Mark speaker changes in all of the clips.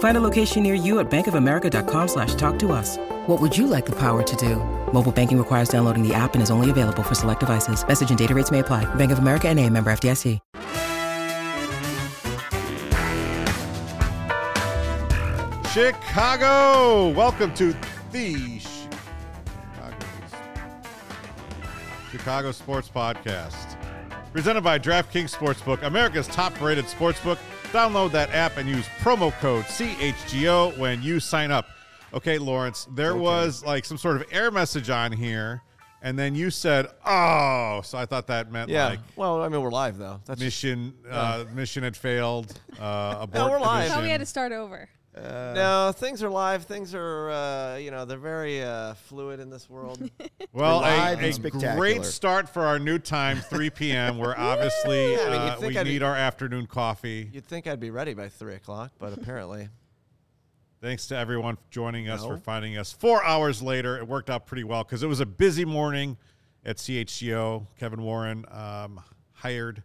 Speaker 1: Find a location near you at bankofamerica.com slash talk to us. What would you like the power to do? Mobile banking requires downloading the app and is only available for select devices. Message and data rates may apply. Bank of America and a member FDIC.
Speaker 2: Chicago, welcome to the Chicago, Chicago Sports Podcast, presented by DraftKings Sportsbook, America's top-rated sportsbook. Download that app and use promo code CHGO when you sign up. Okay, Lawrence, there was like some sort of error message on here, and then you said, "Oh," so I thought that meant
Speaker 3: Yeah.
Speaker 2: like
Speaker 3: well, I mean, we're live though. That's just,
Speaker 2: mission uh, mission had failed. Uh, abort
Speaker 3: we're live.
Speaker 2: mission.
Speaker 4: thought we had to start over.
Speaker 3: no. Things are live. Things are, uh, you know, they're very uh, fluid in this world.
Speaker 2: Well, a,
Speaker 5: Live and
Speaker 2: a
Speaker 5: spectacular.
Speaker 2: great start for our new time, 3 p.m. Where obviously
Speaker 3: Yeah, I mean, you'd
Speaker 2: uh,
Speaker 3: think
Speaker 2: we
Speaker 3: I'd-
Speaker 2: need our afternoon coffee.
Speaker 3: You'd think I'd be ready by three o'clock, but apparently,
Speaker 2: Thanks to everyone for joining us, for
Speaker 3: No.
Speaker 2: finding us. Four hours later, it worked out pretty well because it was a busy morning at CHGO. Kevin Warren um, hired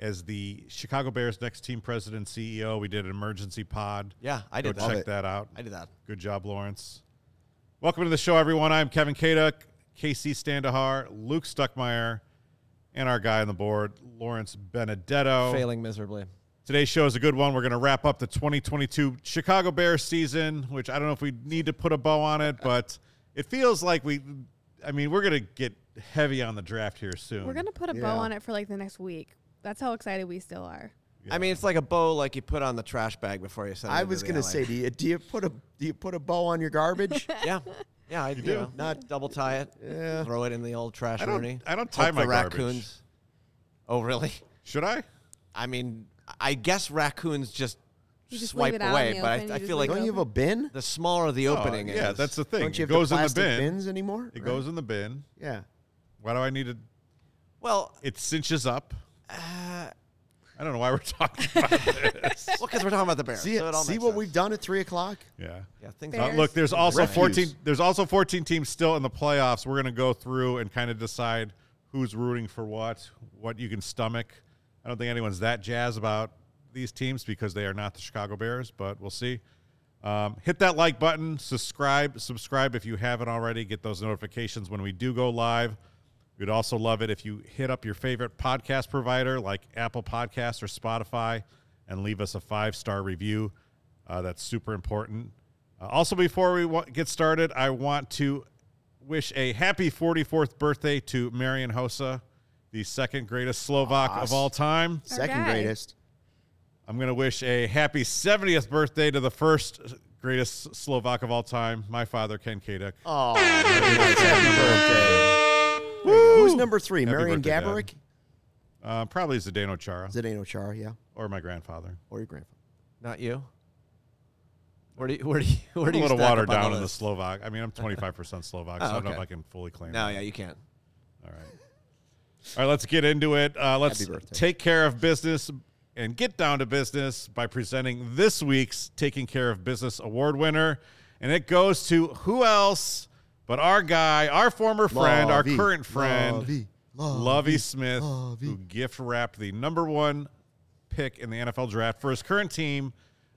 Speaker 2: as the Chicago Bears' next team president CEO. We did an emergency pod.
Speaker 3: yeah, I
Speaker 2: Go
Speaker 3: did that.
Speaker 2: check that out.
Speaker 3: I did that.
Speaker 2: Good job, Lawrence. Welcome to the show, everyone. I'm Kevin Kaduk, KC Standahar, Luke Stuckmeyer, and our guy on the board, Lawrence Benedetto.
Speaker 3: Failing miserably.
Speaker 2: Today's show is a good one. We're going to wrap up the 2022 Chicago Bears season, which I don't know if we need to put a bow on it, but it feels like we, I mean, we're going to get heavy on the draft here soon.
Speaker 4: We're gonna put a
Speaker 5: Yeah.
Speaker 4: bow on it for like the next week. That's how excited we still are.
Speaker 3: I mean, it's like a bow, like you put on the trash bag before you send. it
Speaker 5: I
Speaker 3: into
Speaker 5: was
Speaker 3: the
Speaker 5: gonna
Speaker 3: alley.
Speaker 5: say, do you, do you put a do you put a bow on your garbage?
Speaker 3: yeah, yeah, I you
Speaker 2: do.
Speaker 3: know, not double tie it.
Speaker 5: Yeah.
Speaker 3: Throw it in the old trash
Speaker 2: I don't-
Speaker 3: Rooney.
Speaker 2: I don't tie
Speaker 3: Hope
Speaker 2: my
Speaker 3: the
Speaker 2: garbage.
Speaker 3: raccoons. Oh, really?
Speaker 2: Should I?
Speaker 3: I mean, I guess raccoons just,
Speaker 4: You just leave
Speaker 3: swipe
Speaker 4: it out in
Speaker 3: away,
Speaker 4: the
Speaker 3: but I,
Speaker 4: open, you
Speaker 3: I
Speaker 4: just
Speaker 3: feel like
Speaker 4: leave
Speaker 5: Don't you have a bin?
Speaker 3: the smaller the opening
Speaker 2: Oh,
Speaker 3: is.
Speaker 2: yeah, that's the thing.
Speaker 5: Don't you
Speaker 2: it
Speaker 5: have
Speaker 2: goes
Speaker 5: the
Speaker 2: in the
Speaker 5: plastic
Speaker 2: bin.
Speaker 5: bins anymore?
Speaker 2: It
Speaker 5: Right.
Speaker 2: goes in the bin.
Speaker 5: Yeah.
Speaker 2: Why do I need to?
Speaker 3: well,
Speaker 2: It cinches up.
Speaker 5: Uh,
Speaker 2: I don't know why we're talking about this.
Speaker 3: Well, because we're talking about the Bears.
Speaker 5: See,
Speaker 3: so it all
Speaker 5: see
Speaker 3: makes
Speaker 5: what
Speaker 3: sense.
Speaker 5: we've done at three o'clock.
Speaker 2: Yeah.
Speaker 3: Yeah, things
Speaker 2: Uh,
Speaker 4: Bears.
Speaker 2: look, there's also
Speaker 5: Refuse.
Speaker 2: 14. There's also 14 teams still in the playoffs. We're going to go through and kind of decide who's rooting for what, what you can stomach. I don't think anyone's that jazzed about these teams because they are not the Chicago Bears, but we'll see. Um, hit that like button, subscribe, subscribe if you haven't already. Get those notifications when we do go live. We'd also love it if you hit up your favorite podcast provider like Apple Podcasts or Spotify and leave us a five star review. Uh, that's super important. Uh, also, before we wa- get started, I want to wish a happy 44th birthday to Marian Hossa, the second greatest Slovak of all time.
Speaker 4: Our
Speaker 5: Second
Speaker 4: guy.
Speaker 5: greatest.
Speaker 2: I'm going to wish a happy 70th birthday to the first greatest Slovak of all time, my father, Ken Kaduk.
Speaker 5: Oh, Who's number three?
Speaker 2: Happy
Speaker 5: Marion
Speaker 2: birthday, Dad.
Speaker 5: Gaborik?
Speaker 2: Uh, probably Zdeno Chara
Speaker 5: Zdeno Chara, yeah,
Speaker 2: or my grandfather.
Speaker 5: or your grandfather.
Speaker 3: Not you. Where do you, where do you, where
Speaker 2: I'm
Speaker 3: do
Speaker 2: a
Speaker 3: you
Speaker 2: little
Speaker 3: stack
Speaker 2: watered
Speaker 3: up on
Speaker 2: down in the
Speaker 3: list?
Speaker 2: Slovak. I mean, I'm 25% Slovak, so I don't know if
Speaker 3: okay.
Speaker 2: I can fully claim
Speaker 3: No,
Speaker 2: that.
Speaker 3: yeah, you can't.
Speaker 2: All right. All right, let's get into it. Uh, let's
Speaker 5: Happy birthday.
Speaker 2: take care of business and get down to business by presenting this week's Taking Care of Business Award winner. And it goes to who else but our guy, our former friend, our
Speaker 5: Lovey.
Speaker 2: current friend,
Speaker 5: Lovey.
Speaker 2: Lovey,
Speaker 5: Lovey.
Speaker 2: Smith,
Speaker 5: Lovey.
Speaker 2: who gift wrapped the number one pick in the NFL draft for his current team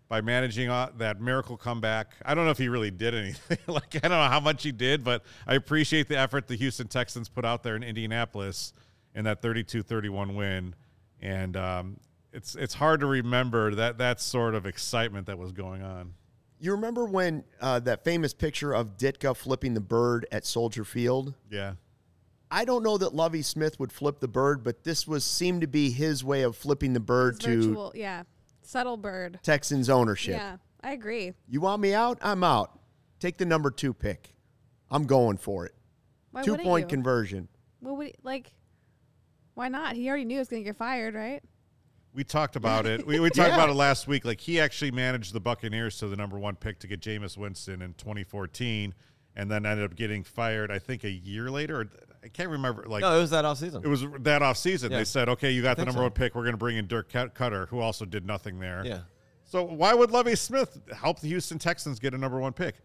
Speaker 2: by managing uh, that miracle comeback. I don't know if he really did anything. like, I don't know how much he did, but I appreciate the effort the Houston Texans put out there in Indianapolis in that 32 31 win. And, um, it's, it's hard to remember that that sort of excitement that was going on.
Speaker 5: You remember when uh, that famous picture of Ditka flipping the bird at Soldier Field?
Speaker 2: Yeah.
Speaker 5: I don't know that Lovey Smith would flip the bird, but this was seemed to be his way of flipping the bird
Speaker 4: It's
Speaker 5: to
Speaker 4: virtual, yeah. Subtle bird.
Speaker 5: Texans ownership.
Speaker 4: Yeah, I agree.
Speaker 5: You want me out? I'm out. Take the number two pick. I'm going for it.
Speaker 4: Why
Speaker 5: two
Speaker 4: wouldn't
Speaker 5: point
Speaker 4: you?
Speaker 5: conversion.
Speaker 4: What would he- like? Why not? He already knew he was gonna get fired, right?
Speaker 2: We talked about it. We, we talked
Speaker 5: Yeah.
Speaker 2: about it last week. Like he actually managed the Buccaneers to the number one pick to get Jameis Winston in 2014, and then ended up getting fired. I think a year later. Or, I can't remember. Like
Speaker 3: No, it was that offseason.
Speaker 2: it was that offseason.
Speaker 3: Yeah.
Speaker 2: They said, okay, you got the
Speaker 3: think
Speaker 2: number
Speaker 3: so.
Speaker 2: one pick. We're going to bring in Dirk Cut- Cutter, who also did nothing there.
Speaker 3: Yeah.
Speaker 2: So why would Lovey Smith help the Houston Texans get a number one pick?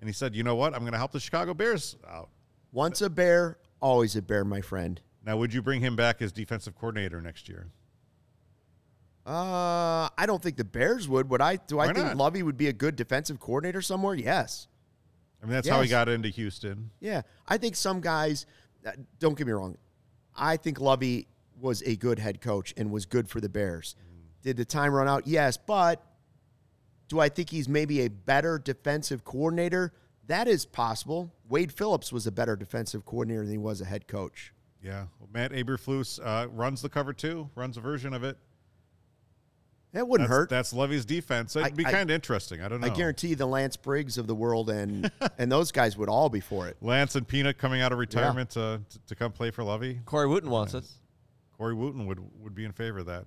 Speaker 2: And he said, you know what? I'm going to help the Chicago Bears out.
Speaker 5: Once a bear, always a bear, my friend.
Speaker 2: Now, would you bring him back as defensive coordinator next year?
Speaker 5: Uh, I don't think the Bears would. Would I? Do I
Speaker 2: Why
Speaker 5: think
Speaker 2: not?
Speaker 5: Lovey would be a good defensive coordinator somewhere? Yes.
Speaker 2: I mean, that's how he
Speaker 5: Yes.
Speaker 2: got into Houston.
Speaker 5: Yeah, I think some guys. uh, Don't get me wrong. I think Lovey was a good head coach and was good for the Bears.
Speaker 2: Mm.
Speaker 5: Did the time run out? Yes, but do I think he's maybe a better defensive coordinator? That is possible. Wade Phillips was a better defensive coordinator than he was a head coach.
Speaker 2: Yeah. Well, Matt Aberflus uh, runs the cover two, runs a version of it.
Speaker 5: That wouldn't
Speaker 2: That's,
Speaker 5: hurt.
Speaker 2: that's Lovey's defense. It'd
Speaker 5: I-
Speaker 2: be
Speaker 5: I-
Speaker 2: kind of interesting. I don't know.
Speaker 5: I guarantee you the Lance Briggs of the world and and those guys would all be for it.
Speaker 2: Lance and Peanut coming out of retirement to, to, to come play for Lovey.
Speaker 3: Corey Wooten wants us.
Speaker 2: Corey Wooten would, would be in favor of that.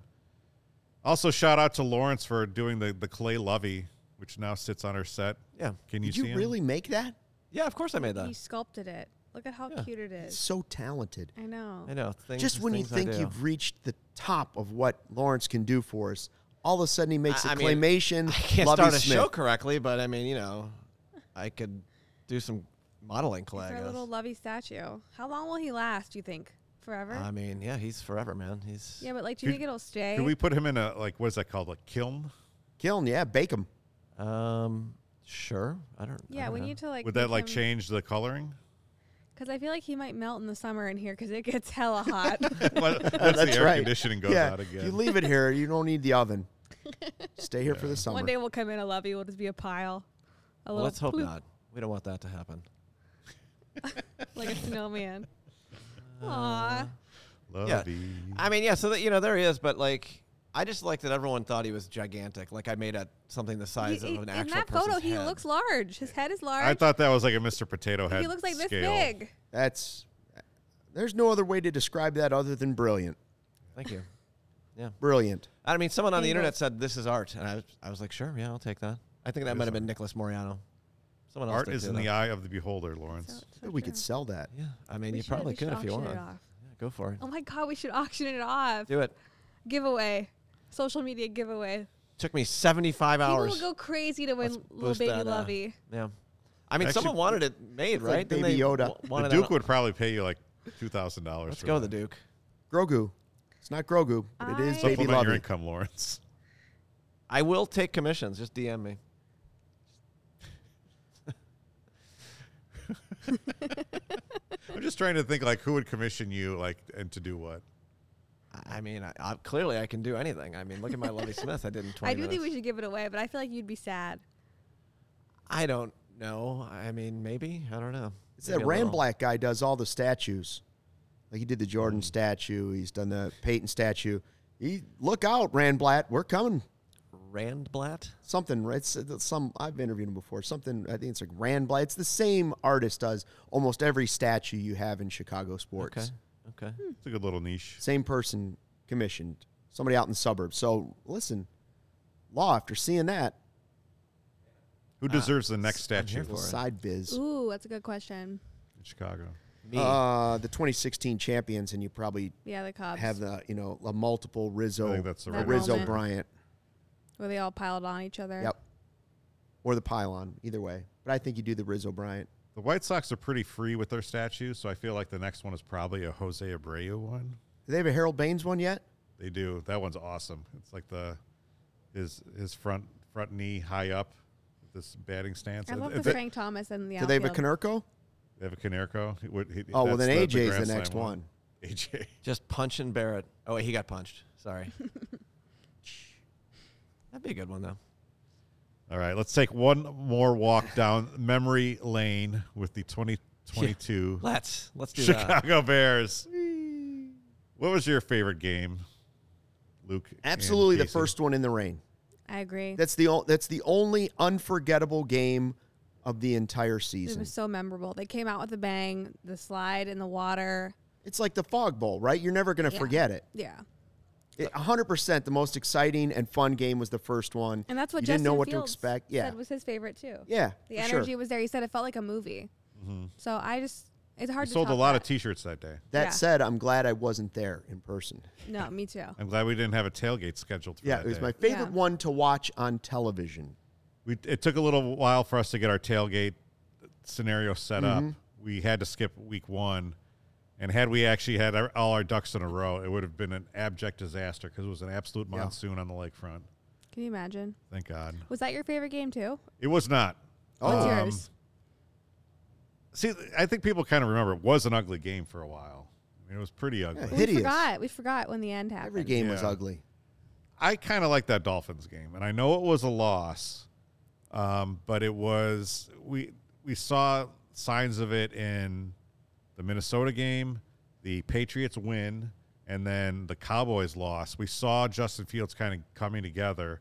Speaker 2: Also, shout out to Lawrence for doing the, the Clay Lovey, which now sits on our set.
Speaker 3: Yeah.
Speaker 2: Can you
Speaker 5: Did
Speaker 2: see
Speaker 5: you
Speaker 2: him?
Speaker 5: really make that?
Speaker 3: Yeah, of course I made that.
Speaker 4: He sculpted it. Look at how
Speaker 3: Yeah.
Speaker 4: cute it is.
Speaker 5: So talented.
Speaker 4: I know.
Speaker 3: I know. Things,
Speaker 5: just when you
Speaker 3: things I
Speaker 5: think
Speaker 3: do.
Speaker 5: you've reached the top of what Lawrence can do for us, all of a sudden he makes a
Speaker 3: I- I mean,
Speaker 5: claymation.
Speaker 3: I can't
Speaker 5: Lovey
Speaker 3: start a
Speaker 5: Smith.
Speaker 3: show correctly, but I mean, you know, I could do some modeling clay.
Speaker 4: It's
Speaker 3: I
Speaker 4: our
Speaker 3: guess.
Speaker 4: little lovey statue. How long will he last? You think forever?
Speaker 3: I mean, yeah, he's forever, man. He's
Speaker 4: yeah, but like,
Speaker 2: Could-
Speaker 4: do you think it'll stay?
Speaker 2: Could we put him in a, like, what is that called? Like kiln?
Speaker 5: Kiln, yeah, bake him.
Speaker 3: um sure. I don't. I
Speaker 4: yeah,
Speaker 3: don't
Speaker 4: we
Speaker 3: know.
Speaker 4: need to like.
Speaker 2: Would that, like, change the coloring?
Speaker 4: Because I feel like he might melt in the summer in here because it gets hella hot.
Speaker 2: Once the air conditioning goes
Speaker 5: yeah.
Speaker 2: out again.
Speaker 5: You leave it here, you don't need the oven. Stay here for the summer.
Speaker 4: One day we'll come in a lovey. We'll just be a pile. A
Speaker 3: Well,
Speaker 4: little
Speaker 3: let's hope
Speaker 4: ploop,
Speaker 3: not. We don't want that to happen.
Speaker 4: Like a snowman.
Speaker 3: Uh,
Speaker 4: Aww.
Speaker 2: Lovey.
Speaker 3: I mean, yeah. So that you know, there he is. But like, I just like that everyone thought he was gigantic. Like I made a something the size
Speaker 4: He-
Speaker 3: of an
Speaker 4: in
Speaker 3: actual
Speaker 4: that photo,
Speaker 3: person's
Speaker 4: he
Speaker 3: head.
Speaker 4: looks large. His head is large.
Speaker 2: I thought that was like a Mr. Potato Head.
Speaker 4: he looks like this
Speaker 2: scale.
Speaker 4: big.
Speaker 5: That's there's no other way to describe that other than brilliant.
Speaker 3: Thank you.
Speaker 5: Brilliant.
Speaker 3: I mean, someone on the
Speaker 4: Angle.
Speaker 3: internet said this is art, and I was, I was like, sure, yeah, I'll take that. I think that might have been Nicholas Moriano. Someone else
Speaker 2: Art
Speaker 3: did
Speaker 2: is
Speaker 3: do
Speaker 2: in
Speaker 3: that.
Speaker 2: the eye of the beholder, Lawrence.
Speaker 4: So- so
Speaker 5: Maybe we
Speaker 4: true.
Speaker 5: could sell that.
Speaker 3: Yeah, I mean,
Speaker 4: We
Speaker 3: you
Speaker 4: should-
Speaker 3: probably
Speaker 4: we should
Speaker 3: could if you
Speaker 4: auction
Speaker 3: want.
Speaker 4: it
Speaker 3: Yeah,
Speaker 4: off.
Speaker 3: go for it.
Speaker 4: Oh my god, we should auction it off.
Speaker 3: Do it.
Speaker 4: Giveaway. Social media giveaway.
Speaker 3: Took me 75
Speaker 4: People
Speaker 3: hours.
Speaker 4: will go crazy to win
Speaker 3: Let's
Speaker 4: little
Speaker 3: boost
Speaker 4: baby
Speaker 3: that, uh,
Speaker 4: Lovey.
Speaker 3: yeah. I mean,
Speaker 2: Actually,
Speaker 3: someone wanted it made,
Speaker 5: like
Speaker 3: right? Didn't
Speaker 5: Baby
Speaker 3: they
Speaker 5: Yoda.
Speaker 3: w-
Speaker 5: The
Speaker 2: The
Speaker 3: wanted it
Speaker 2: Duke
Speaker 3: on-
Speaker 2: would probably pay you like two thousand dollars.
Speaker 3: Let's go, the Duke.
Speaker 5: Grogu. It's not Grogu, but it is
Speaker 4: I-
Speaker 5: baby
Speaker 2: Supplement your
Speaker 5: lovey.
Speaker 2: income, Lawrence.
Speaker 3: I will take commissions. Just DM me.
Speaker 2: I'm just trying to think like who would commission you like and to do what.
Speaker 3: I- I mean, I, I, clearly I can do anything. I mean, look at my Lovey Smith. I did in 20
Speaker 4: I do think we
Speaker 3: minutes.
Speaker 4: should give it away, but I feel like you'd be sad.
Speaker 3: I don't know. I mean, maybe. I don't know.
Speaker 5: It's
Speaker 3: Maybe a
Speaker 5: that
Speaker 3: little.
Speaker 5: Rand Black guy does all the statues. Like he did the Jordan
Speaker 3: Mm.
Speaker 5: statue, he's done the Peyton statue. He look out, Rand Black, we're coming.
Speaker 3: Rand Blatt?
Speaker 5: Something it's uh, some I've interviewed him before. Something I think it's like Rand Black. It's the same artist does almost every statue you have in Chicago sports.
Speaker 3: Okay. Okay.
Speaker 2: It's a good little niche.
Speaker 5: Same person commissioned. Somebody out in the suburbs. So listen, Law, after seeing that,
Speaker 2: Who deserves the next
Speaker 3: I'm here
Speaker 2: statue
Speaker 3: for it.
Speaker 5: side biz.
Speaker 4: Ooh, that's a good question.
Speaker 2: in Chicago?
Speaker 4: Hmm.
Speaker 3: Me.
Speaker 5: Uh, the 2016 champions, and you probably
Speaker 4: Yeah, the cops.
Speaker 5: have the you know a multiple Rizzo,
Speaker 2: I think that's the
Speaker 4: That
Speaker 2: right.
Speaker 4: one.
Speaker 5: Rizzo
Speaker 4: moment.
Speaker 5: Bryant.
Speaker 4: where they all piled on each other.
Speaker 5: Yep. Or the pylon, either way. But I think you do the Rizzo Bryant.
Speaker 2: The White Sox are pretty free with their statues, so I feel like the next one is probably a Jose Abreu one.
Speaker 5: Do they have a Harold Baines one yet?
Speaker 2: They do. That one's awesome. It's like the his his front front knee high up, this batting stance.
Speaker 4: I
Speaker 2: It-
Speaker 4: love
Speaker 2: it-
Speaker 4: the Frank Thomas and the
Speaker 5: do they have a
Speaker 4: outfield.
Speaker 5: Canerco?
Speaker 2: They have a Canerco. He would- he-
Speaker 5: Oh, well,
Speaker 2: that's
Speaker 5: then
Speaker 2: the- the
Speaker 5: AJ's the
Speaker 2: Grand
Speaker 5: next
Speaker 2: Slam
Speaker 5: one.
Speaker 2: AJ.
Speaker 3: Just punch and Barrett. Oh wait, he got punched. Sorry. That'd be a good one though.
Speaker 2: All right, let's take one more walk down memory lane with the 20, 22.
Speaker 3: Let's let's do that.
Speaker 2: Chicago Bears. What was your favorite game, Luke? and
Speaker 5: Absolutely the
Speaker 2: Casey?
Speaker 5: first one in the rain.
Speaker 4: I agree.
Speaker 5: That's the o- that's the only unforgettable game of the entire
Speaker 4: It
Speaker 5: season.
Speaker 4: was so memorable. They came out with a bang. The slide in the water.
Speaker 5: It's like the fog bowl, right? You're never going to
Speaker 4: Yeah.
Speaker 5: forget it.
Speaker 4: Yeah,
Speaker 5: It- 100% the most exciting and fun game was the first one.
Speaker 4: and that's what
Speaker 5: you
Speaker 4: Justin
Speaker 5: didn't know what
Speaker 4: Fields
Speaker 5: to expect. Yeah.
Speaker 4: said was his favorite too.
Speaker 5: yeah.
Speaker 4: the
Speaker 5: for
Speaker 4: energy
Speaker 5: sure.
Speaker 4: was there. He said it felt like a movie. So I just it's hard
Speaker 2: We
Speaker 4: to
Speaker 2: Mm-hmm. sold a
Speaker 4: top
Speaker 2: lot of
Speaker 4: that.
Speaker 2: T-shirts that day.
Speaker 5: That
Speaker 4: yeah.
Speaker 5: said, I'm glad I wasn't there in person.
Speaker 4: No, me too.
Speaker 2: I'm glad we didn't have a tailgate scheduled. For
Speaker 5: Yeah,
Speaker 2: that
Speaker 5: it was
Speaker 2: day.
Speaker 5: my favorite
Speaker 4: Yeah.
Speaker 5: one to watch on television.
Speaker 2: We, it took a little while for us to get our tailgate scenario set up.
Speaker 5: Mm-hmm.
Speaker 2: We had to skip week one, and had we actually had our, all our ducks in a row, it would have been an abject disaster because it was an absolute monsoon on the lakefront.
Speaker 4: Can you imagine?
Speaker 2: Thank God
Speaker 4: Was that your favorite game too?
Speaker 2: it was not.
Speaker 4: What's
Speaker 5: Oh,
Speaker 2: Um,
Speaker 4: yours?
Speaker 2: See, I think people kind of remember it was an ugly game for a while. I mean, it was pretty ugly.
Speaker 5: Yeah,
Speaker 4: We
Speaker 5: hideous.
Speaker 4: forgot. We forgot when the end happened.
Speaker 5: Every game was
Speaker 2: Yeah.
Speaker 5: ugly.
Speaker 2: I kind of like that Dolphins game, and I know it was a loss, um, but it was we we saw signs of it in the Minnesota game, the Patriots win, and then the Cowboys loss. We saw Justin Fields kind of coming together,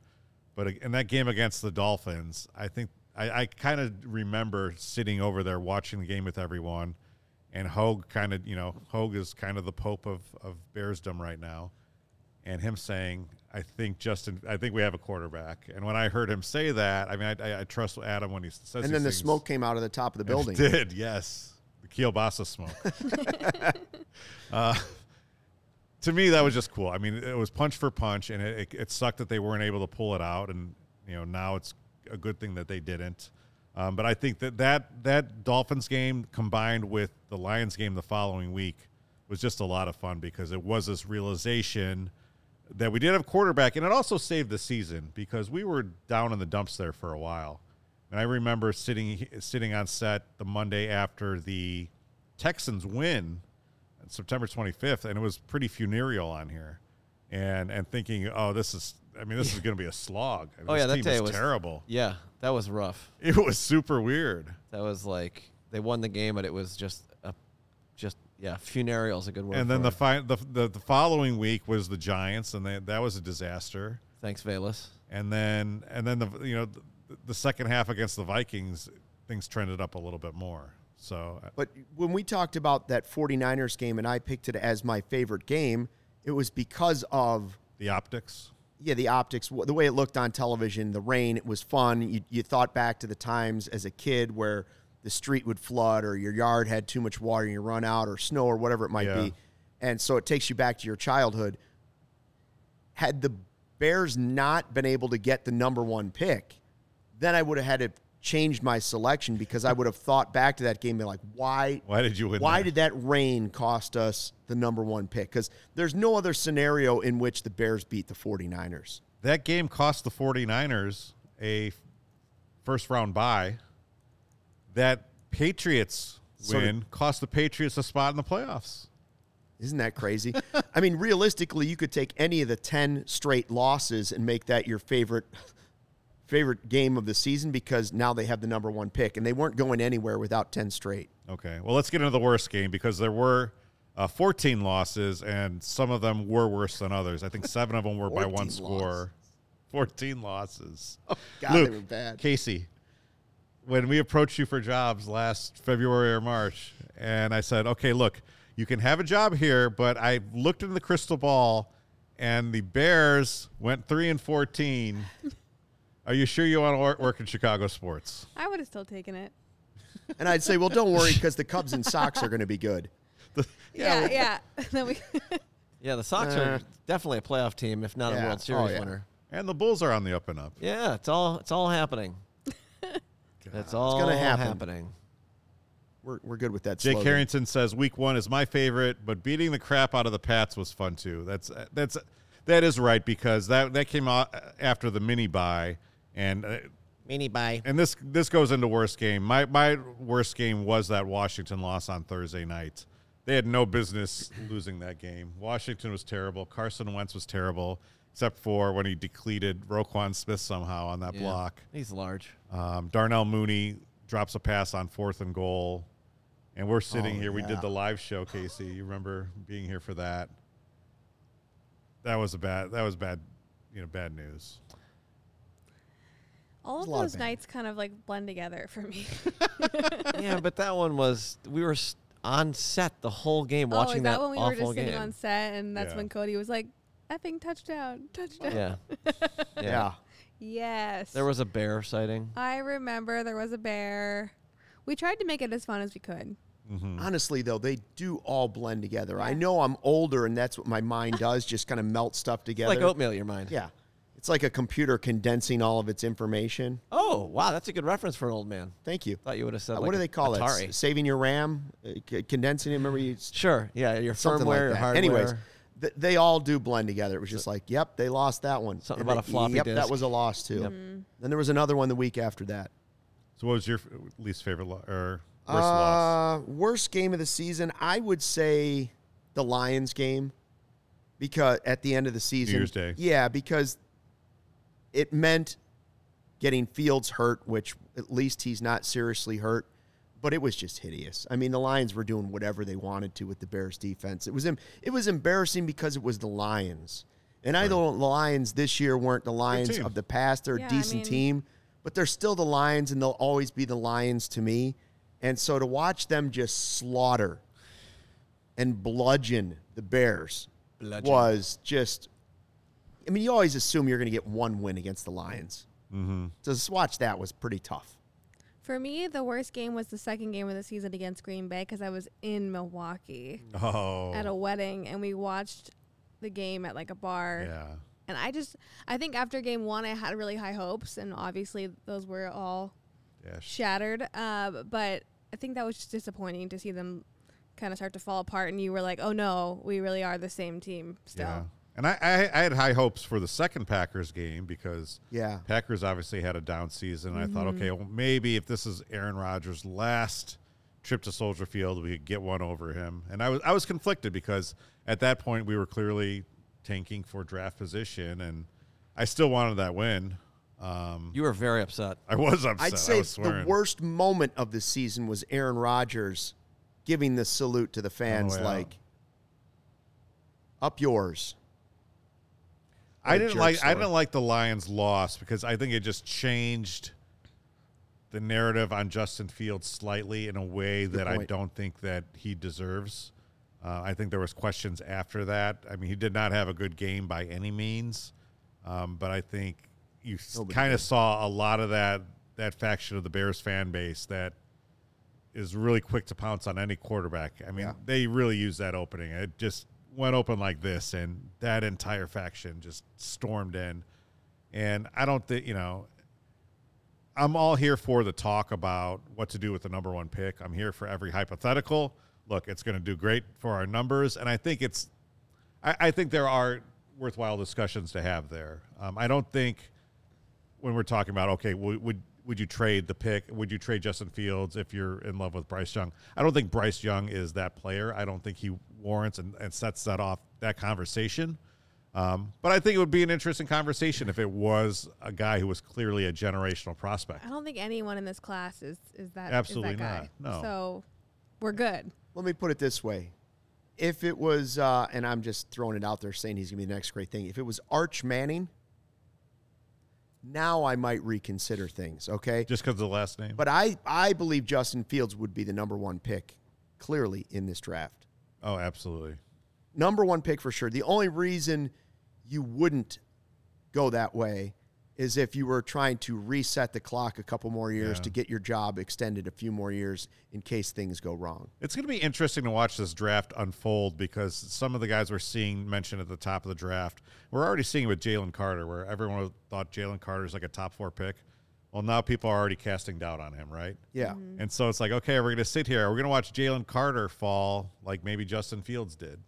Speaker 2: but in that game against the Dolphins, I think I, I kind of remember sitting over there watching the game with everyone, and Hogue kind of you know Hogue is kind of the pope of of Bearsdom right now and him saying, "I think Justin, I think we have a quarterback." And when I heard him say that, I mean, I, I, I trust Adam when he s- says.
Speaker 5: and
Speaker 2: these
Speaker 5: then the
Speaker 2: things.
Speaker 5: smoke came out of the top of the building.
Speaker 2: It did yes, the kielbasa smoke. uh, to me, that was just cool. I mean, it was punch for punch, and it, it, it sucked that they weren't able to pull it out. And you know, now it's a good thing that they didn't. Um, but I think that, that that Dolphins game combined with the Lions game the following week was just a lot of fun because it was this realization that we did have quarterback, and it also saved the season because we were down in the dumps there for a while. And I remember sitting sitting on set the Monday after the Texans win on September 25th, and it was pretty funereal on here, and and thinking, oh, this is, I mean, this is going to be a slog. I mean,
Speaker 3: Oh yeah,
Speaker 2: this
Speaker 3: that
Speaker 2: team
Speaker 3: day
Speaker 2: is
Speaker 3: was
Speaker 2: terrible.
Speaker 3: Yeah, that was rough.
Speaker 2: It was super weird.
Speaker 3: That was like they won the game, but it was just a just yeah, funereal is a good word.
Speaker 2: And then
Speaker 3: for
Speaker 2: the,
Speaker 3: it.
Speaker 2: fi- the the the following week was the Giants, and they, that was a disaster.
Speaker 3: thanks Valus.
Speaker 2: and then and then the you know the, the second half against the Vikings things trended up a little bit more. So uh,
Speaker 5: But when we talked about that 49ers game and I picked it as my favorite game, it was because of
Speaker 2: the optics,
Speaker 5: yeah, the optics, wh- the way it looked on television, the rain, it was fun. You, you thought back to the times as a kid where the street would flood or your yard had too much water and you run out or snow or whatever it might
Speaker 2: Yeah.
Speaker 5: be. And so it takes you back to your childhood. Had the Bears not been able to get the number one pick, then I would have had to change my selection because I would have thought back to that game and be like, why
Speaker 2: why did you win?
Speaker 5: why
Speaker 2: there?
Speaker 5: did that rain cost us the number one pick? Because there's no other scenario in which the Bears beat the 49ers.
Speaker 2: that game cost the 49ers a f- first round bye? That Patriots
Speaker 5: So did-
Speaker 2: win cost the Patriots a spot in the playoffs.
Speaker 5: Isn't that crazy? I mean, realistically, you could take any of the 10 straight losses and make that your favorite favorite game of the season because now they have the number one pick and they weren't going anywhere without 10 straight.
Speaker 2: Okay, well let's get into the worst game because there were. Uh, 14 losses, and some of them were worse than others. I think seven of them were by
Speaker 5: 14
Speaker 2: one
Speaker 5: losses. Oh,
Speaker 2: score. 14 losses.
Speaker 5: God,
Speaker 2: Luke,
Speaker 5: they were bad.
Speaker 2: Casey, when we approached you for jobs last February or March, and I said, okay, look, you can have a job here, but I looked into the crystal ball and the Bears went 3 and 14. Are you sure you want to wor- work in Chicago sports?
Speaker 4: I would have still taken it.
Speaker 5: And I'd say, well, don't worry because the Cubs and Sox are going to be good.
Speaker 4: Yeah, yeah. then we
Speaker 3: Yeah, the Sox are definitely a playoff team, if not
Speaker 5: Uh. yeah.
Speaker 3: a World
Speaker 5: Oh,
Speaker 3: Series
Speaker 5: yeah.
Speaker 3: winner.
Speaker 2: And the Bulls are on the up and up.
Speaker 3: Yeah, it's all it's all happening. It's all
Speaker 5: gonna happen.
Speaker 3: happening.
Speaker 5: We're, we're good with that.
Speaker 2: Jake
Speaker 5: slogan.
Speaker 2: Harrington says week one is my favorite, but beating the crap out of the Pats was fun too. That's that's that is right because that that came out after the mini buy, and uh,
Speaker 3: Mini bye.
Speaker 2: and this this goes into worst game. My my worst game was that Washington loss on Thursday night. They had no business losing that game. Washington was terrible. Carson Wentz was terrible, except for when he depleted Roquan Smith somehow on that
Speaker 3: Yeah.
Speaker 2: block.
Speaker 3: He's large.
Speaker 2: Um, Darnell Mooney drops a pass on fourth and goal. And we're sitting
Speaker 5: Oh,
Speaker 2: here. We
Speaker 5: yeah.
Speaker 2: did the live show, Casey. You remember being here for that? That was a bad. That was bad. You know, bad news.
Speaker 4: All of
Speaker 5: There's a lot of
Speaker 4: those
Speaker 5: band.
Speaker 4: nights kind of like blend together for me.
Speaker 3: yeah, but that one was we were s- on set the whole game
Speaker 4: oh,
Speaker 3: watching
Speaker 4: is that, when we were
Speaker 3: awful
Speaker 4: just
Speaker 3: game.
Speaker 4: sitting on set and that's
Speaker 2: Yeah.
Speaker 4: when Cody was like, effing touchdown, touchdown.
Speaker 3: yeah. yeah,
Speaker 5: Yeah.
Speaker 4: Yes.
Speaker 3: There was a bear sighting.
Speaker 4: I remember there was a bear. We tried to make it as fun as we could.
Speaker 3: Hmm.
Speaker 5: Honestly, though, they do all blend together. I know I'm older, and that's what my mind does, just kind of melt stuff together.
Speaker 3: Like oatmeal, your mind.
Speaker 5: Yeah. It's like a computer condensing all of its information.
Speaker 3: Oh wow, that's a good reference for an old man.
Speaker 5: Thank you.
Speaker 3: Thought you would have said.
Speaker 5: Uh,
Speaker 3: Like
Speaker 5: what do
Speaker 3: a-
Speaker 5: they call it?
Speaker 3: Atari.
Speaker 5: S- Saving your RAM, Uh, c- condensing it. Remember, you, s-
Speaker 3: Sure. Yeah, your
Speaker 5: something
Speaker 3: firmware,
Speaker 5: like
Speaker 3: your
Speaker 5: that.
Speaker 3: hardware.
Speaker 5: Anyways, th- they all do blend together. It was just like, yep, they lost that one.
Speaker 3: Something
Speaker 5: And
Speaker 3: about
Speaker 5: they-
Speaker 3: a floppy
Speaker 5: Yep, that
Speaker 3: disk.
Speaker 5: was a loss too. Then there was another one the week after that.
Speaker 2: So, what was your f- least favorite lo- or worst
Speaker 5: uh,
Speaker 2: loss?
Speaker 5: Worst game of the season, I would say the Lions game because at the end of the season,
Speaker 2: Year's Day.
Speaker 5: Yeah, because it meant getting Fields hurt, which at least he's not seriously hurt. But it was just hideous. I mean, the Lions were doing whatever they wanted to with the Bears defense. It was em- it was embarrassing because it was the Lions, and I know the Lions this year weren't the Lions
Speaker 2: team.
Speaker 5: of the past. They're
Speaker 4: Yeah,
Speaker 5: a
Speaker 4: I
Speaker 5: decent
Speaker 4: mean-
Speaker 5: team, but they're still the Lions, and they'll always be the Lions to me. And so to watch them just slaughter and bludgeon the Bears
Speaker 3: Bludgeon.
Speaker 5: was just. I mean, you always assume you're going to get one win against the Lions. Mm-hmm. So just watch that was pretty tough.
Speaker 4: For me, the worst game was the second game of the season against Green Bay because I was in Milwaukee
Speaker 2: Oh,
Speaker 4: at a wedding and we watched the game at like a bar.
Speaker 2: yeah.
Speaker 4: And I just, I think after game one, I had really high hopes, and obviously those were all
Speaker 2: Dash.
Speaker 4: shattered. Uh, but I think that was just disappointing to see them kind of start to fall apart, and you were like, oh no, we really are the same team still.
Speaker 2: Yeah. And I, I, I had high hopes for the second Packers game because
Speaker 5: Yeah. Mm-hmm.
Speaker 2: Packers obviously had a down season. And I thought, okay, well, maybe if this is Aaron Rodgers' last trip to Soldier Field, we could get one over him. And I was, I was conflicted because at that point we were clearly tanking for draft position, and I still wanted that win. Um,
Speaker 3: You were very upset.
Speaker 2: I was upset.
Speaker 5: I'd say
Speaker 2: I was
Speaker 5: the
Speaker 2: swearing.
Speaker 5: worst moment of the season was Aaron Rodgers giving the salute to the fans,
Speaker 2: Oh, yeah.
Speaker 5: like, up yours.
Speaker 2: I
Speaker 5: a
Speaker 2: didn't
Speaker 5: jerk
Speaker 2: like I
Speaker 5: story.
Speaker 2: didn't like the Lions loss because I think it just changed the narrative on Justin Fields slightly in a way that I
Speaker 5: point.
Speaker 2: don't think that he deserves. Uh, I think there was questions after that. I mean, he did not have a good game by any means, um, but I think you kind of saw a lot of that that faction of the Bears fan base that is really quick to pounce on any quarterback. I mean, they really used that opening. It just went open like this, and that entire faction just stormed in. And I don't think, you know, I'm all here for the talk about what to do with the number one pick. I'm here for every hypothetical. Look, it's going to do great for our numbers. And I think it's, I, I think there are worthwhile discussions to have there. Um, I don't think when we're talking about okay, w- would would you trade the pick? Would you trade Justin Fields if you're in love with Bryce Young? I don't think Bryce Young is that player. I don't think he warrants and, and sets that off that conversation. Um, but I think it would be an interesting conversation if it was a guy who was clearly a generational prospect.
Speaker 4: I don't think anyone in this class is is that is
Speaker 2: Absolutely
Speaker 4: that guy.
Speaker 2: not. No.
Speaker 4: So we're good.
Speaker 5: Let me put it this way. If it was, uh, and I'm just throwing it out there saying he's going to be the next great thing, if it was Arch Manning, now I might reconsider things, okay?
Speaker 2: Just because of the last name,
Speaker 5: But I, I believe Justin Fields would be the number one pick, clearly, in this draft.
Speaker 2: oh, absolutely.
Speaker 5: Number one pick for sure. The only reason you wouldn't go that way is if you were trying to reset the clock a couple more years to get your job extended a few more years in case things go wrong.
Speaker 2: It's going to be interesting to watch this draft unfold because some of the guys we're seeing mentioned at the top of the draft, we're already seeing with Jalen Carter, where everyone thought Jalen Carter's like a top four pick. Well, now people are already casting doubt on him, right?
Speaker 5: Yeah.
Speaker 2: And so it's like, okay, we're going to sit here. We're going to watch Jalen Carter fall like maybe Justin Fields did.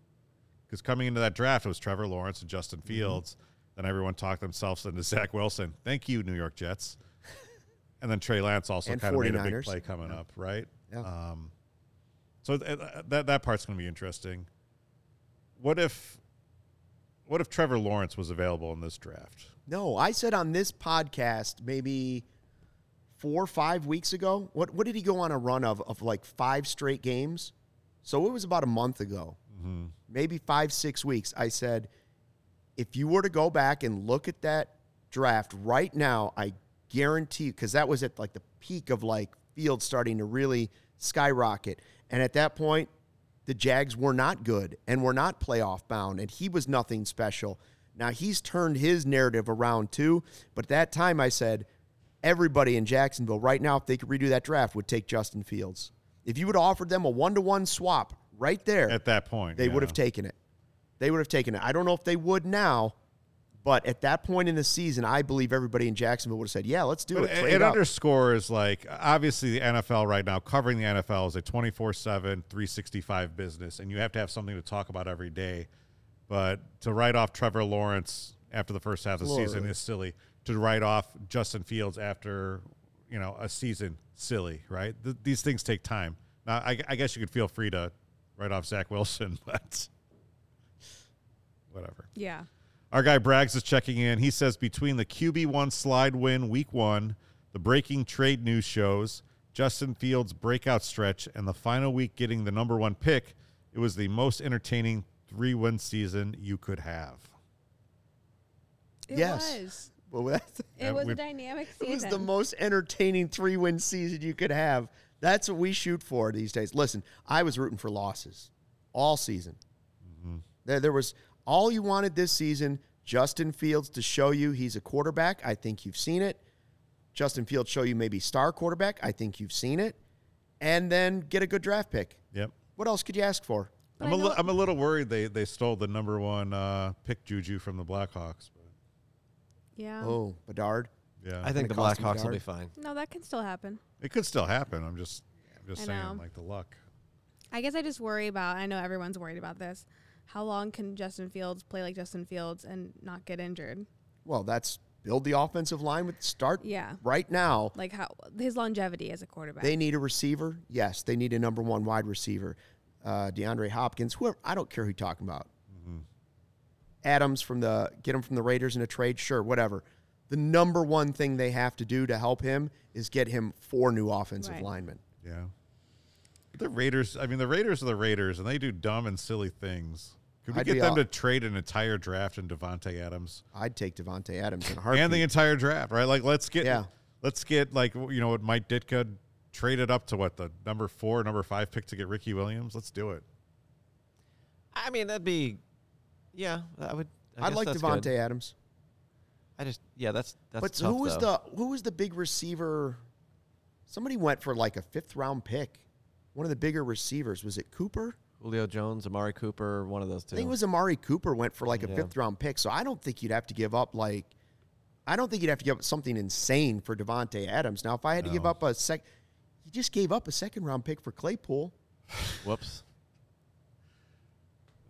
Speaker 2: Because coming into that draft, it was Trevor Lawrence and Justin
Speaker 5: Mm-hmm.
Speaker 2: Fields. Then everyone talked themselves into Zach Wilson. Thank you, New York Jets. and then Trey Lance also
Speaker 5: And
Speaker 2: kind of made a big
Speaker 5: 49ers.
Speaker 2: play coming up, right?
Speaker 5: Yeah.
Speaker 2: Um, so th- th- that that part's going to be interesting. What if, what if Trevor Lawrence was available in this draft?
Speaker 5: No, I said on this podcast maybe four, five weeks ago. What what did he go on a run of of like five straight games? So it was about a month ago, maybe five, six weeks. I said, if you were to go back and look at that draft right now, I guarantee because that was at like the peak of like field starting to really skyrocket. And at that point, the Jags were not good and were not playoff bound, and he was nothing special. Now he's turned his narrative around too, but at that time I said everybody in Jacksonville right now, if they could redo that draft, would take Justin Fields. If you would have offered them a one to one swap right there
Speaker 2: at that point.
Speaker 5: they would have
Speaker 2: yeah.
Speaker 5: taken it. They would have taken it. I don't know if they would now, but at that point in the season, I believe everybody in Jacksonville would have said, "Yeah, let's do
Speaker 2: But
Speaker 5: it."
Speaker 2: it,
Speaker 5: Trade
Speaker 2: it
Speaker 5: up."
Speaker 2: underscores like obviously the NFL right now covering the NFL is a 24/7 365 business and you have to have something to talk about every day. But to write off Trevor Lawrence after the first half of the
Speaker 5: Little
Speaker 2: season
Speaker 5: early.
Speaker 2: is silly. To write off Justin Fields after, you know, a season silly, right? Th- these things take time. Now I, I guess you could feel free to write off Zach Wilson, but whatever.
Speaker 4: Yeah.
Speaker 2: Our guy Braggs is checking in. He says between the QB1 slide win week one, the breaking trade news shows, Justin Fields' breakout stretch, and the final week getting the number one pick, it was the most entertaining three win season you could have.
Speaker 4: It
Speaker 5: Yes.
Speaker 4: was.
Speaker 5: Well, that's-
Speaker 4: It
Speaker 2: Yeah,
Speaker 4: was
Speaker 2: we-
Speaker 4: a dynamic
Speaker 5: it
Speaker 4: season.
Speaker 5: was the most entertaining three win season you could have. That's what we shoot for these days. Listen, I was rooting for losses all season. There, there was all you wanted this season. Justin Fields to show you he's a quarterback. I think you've seen it. Justin Fields show you maybe star quarterback. I think you've seen it. And then get a good draft pick.
Speaker 2: Yep.
Speaker 5: What else could you ask for?
Speaker 4: But
Speaker 2: I'm
Speaker 4: I
Speaker 2: a, li-
Speaker 4: know-
Speaker 2: I'm a little worried they, they stole the number one uh, pick juju from the Blackhawks. But
Speaker 4: yeah.
Speaker 5: Oh, Bedard.
Speaker 2: yeah.
Speaker 3: I think the
Speaker 5: Gonna cost him
Speaker 3: Blackhawks will
Speaker 5: guard.
Speaker 3: be fine.
Speaker 4: No, that can still happen.
Speaker 2: it could still happen. I'm just I'm just
Speaker 4: I
Speaker 2: saying,
Speaker 4: know.
Speaker 2: like the luck.
Speaker 4: I guess I just worry about. I know everyone's worried about this. How long can Justin Fields play like Justin Fields and not get injured?
Speaker 5: Well, that's build the offensive line with start
Speaker 4: Yeah.
Speaker 5: right now.
Speaker 4: Like how his longevity as a quarterback.
Speaker 5: They need a receiver. Yes, they need a number one wide receiver. Uh, DeAndre Hopkins, whoever I don't care who you're talking about. Adams from the get him from the Raiders in a trade, sure, whatever. The number one thing they have to do to help him is get him four new offensive
Speaker 4: Right.
Speaker 5: linemen.
Speaker 2: Yeah. The Raiders, I mean, the Raiders are the Raiders, and they do dumb and silly things. Could we
Speaker 5: I'd
Speaker 2: get
Speaker 5: be
Speaker 2: them
Speaker 5: all-
Speaker 2: to trade an entire draft in Devontae Adams
Speaker 5: I'd take Devonte Adams in a heartbeat.
Speaker 2: and the entire draft, right? Like, let's get,
Speaker 5: Yeah.
Speaker 2: let's get, like, you know, what Mike Ditka traded up to what the number four, number five pick to get Ricky Williams. Let's do it.
Speaker 3: I mean, that'd be, yeah, I would. I
Speaker 5: I'd
Speaker 3: guess
Speaker 5: like
Speaker 3: that's good.
Speaker 5: Devonte Adams.
Speaker 3: I just, yeah, that's that's.
Speaker 5: but
Speaker 3: tough,
Speaker 5: who was
Speaker 3: though.
Speaker 5: the who was the big receiver? Somebody went for like a fifth round pick. One of the bigger receivers was it Cooper?
Speaker 3: Julio Jones, Amari Cooper, one of those two?
Speaker 5: I think it was Amari Cooper went for like a
Speaker 3: Yeah.
Speaker 5: fifth round pick. So I don't think you'd have to give up like, I don't think you'd have to give up something insane for Devonte Adams. Now, if I had to give
Speaker 2: No.
Speaker 5: up a sec, you just gave up a second round pick for Claypool.
Speaker 3: Whoops.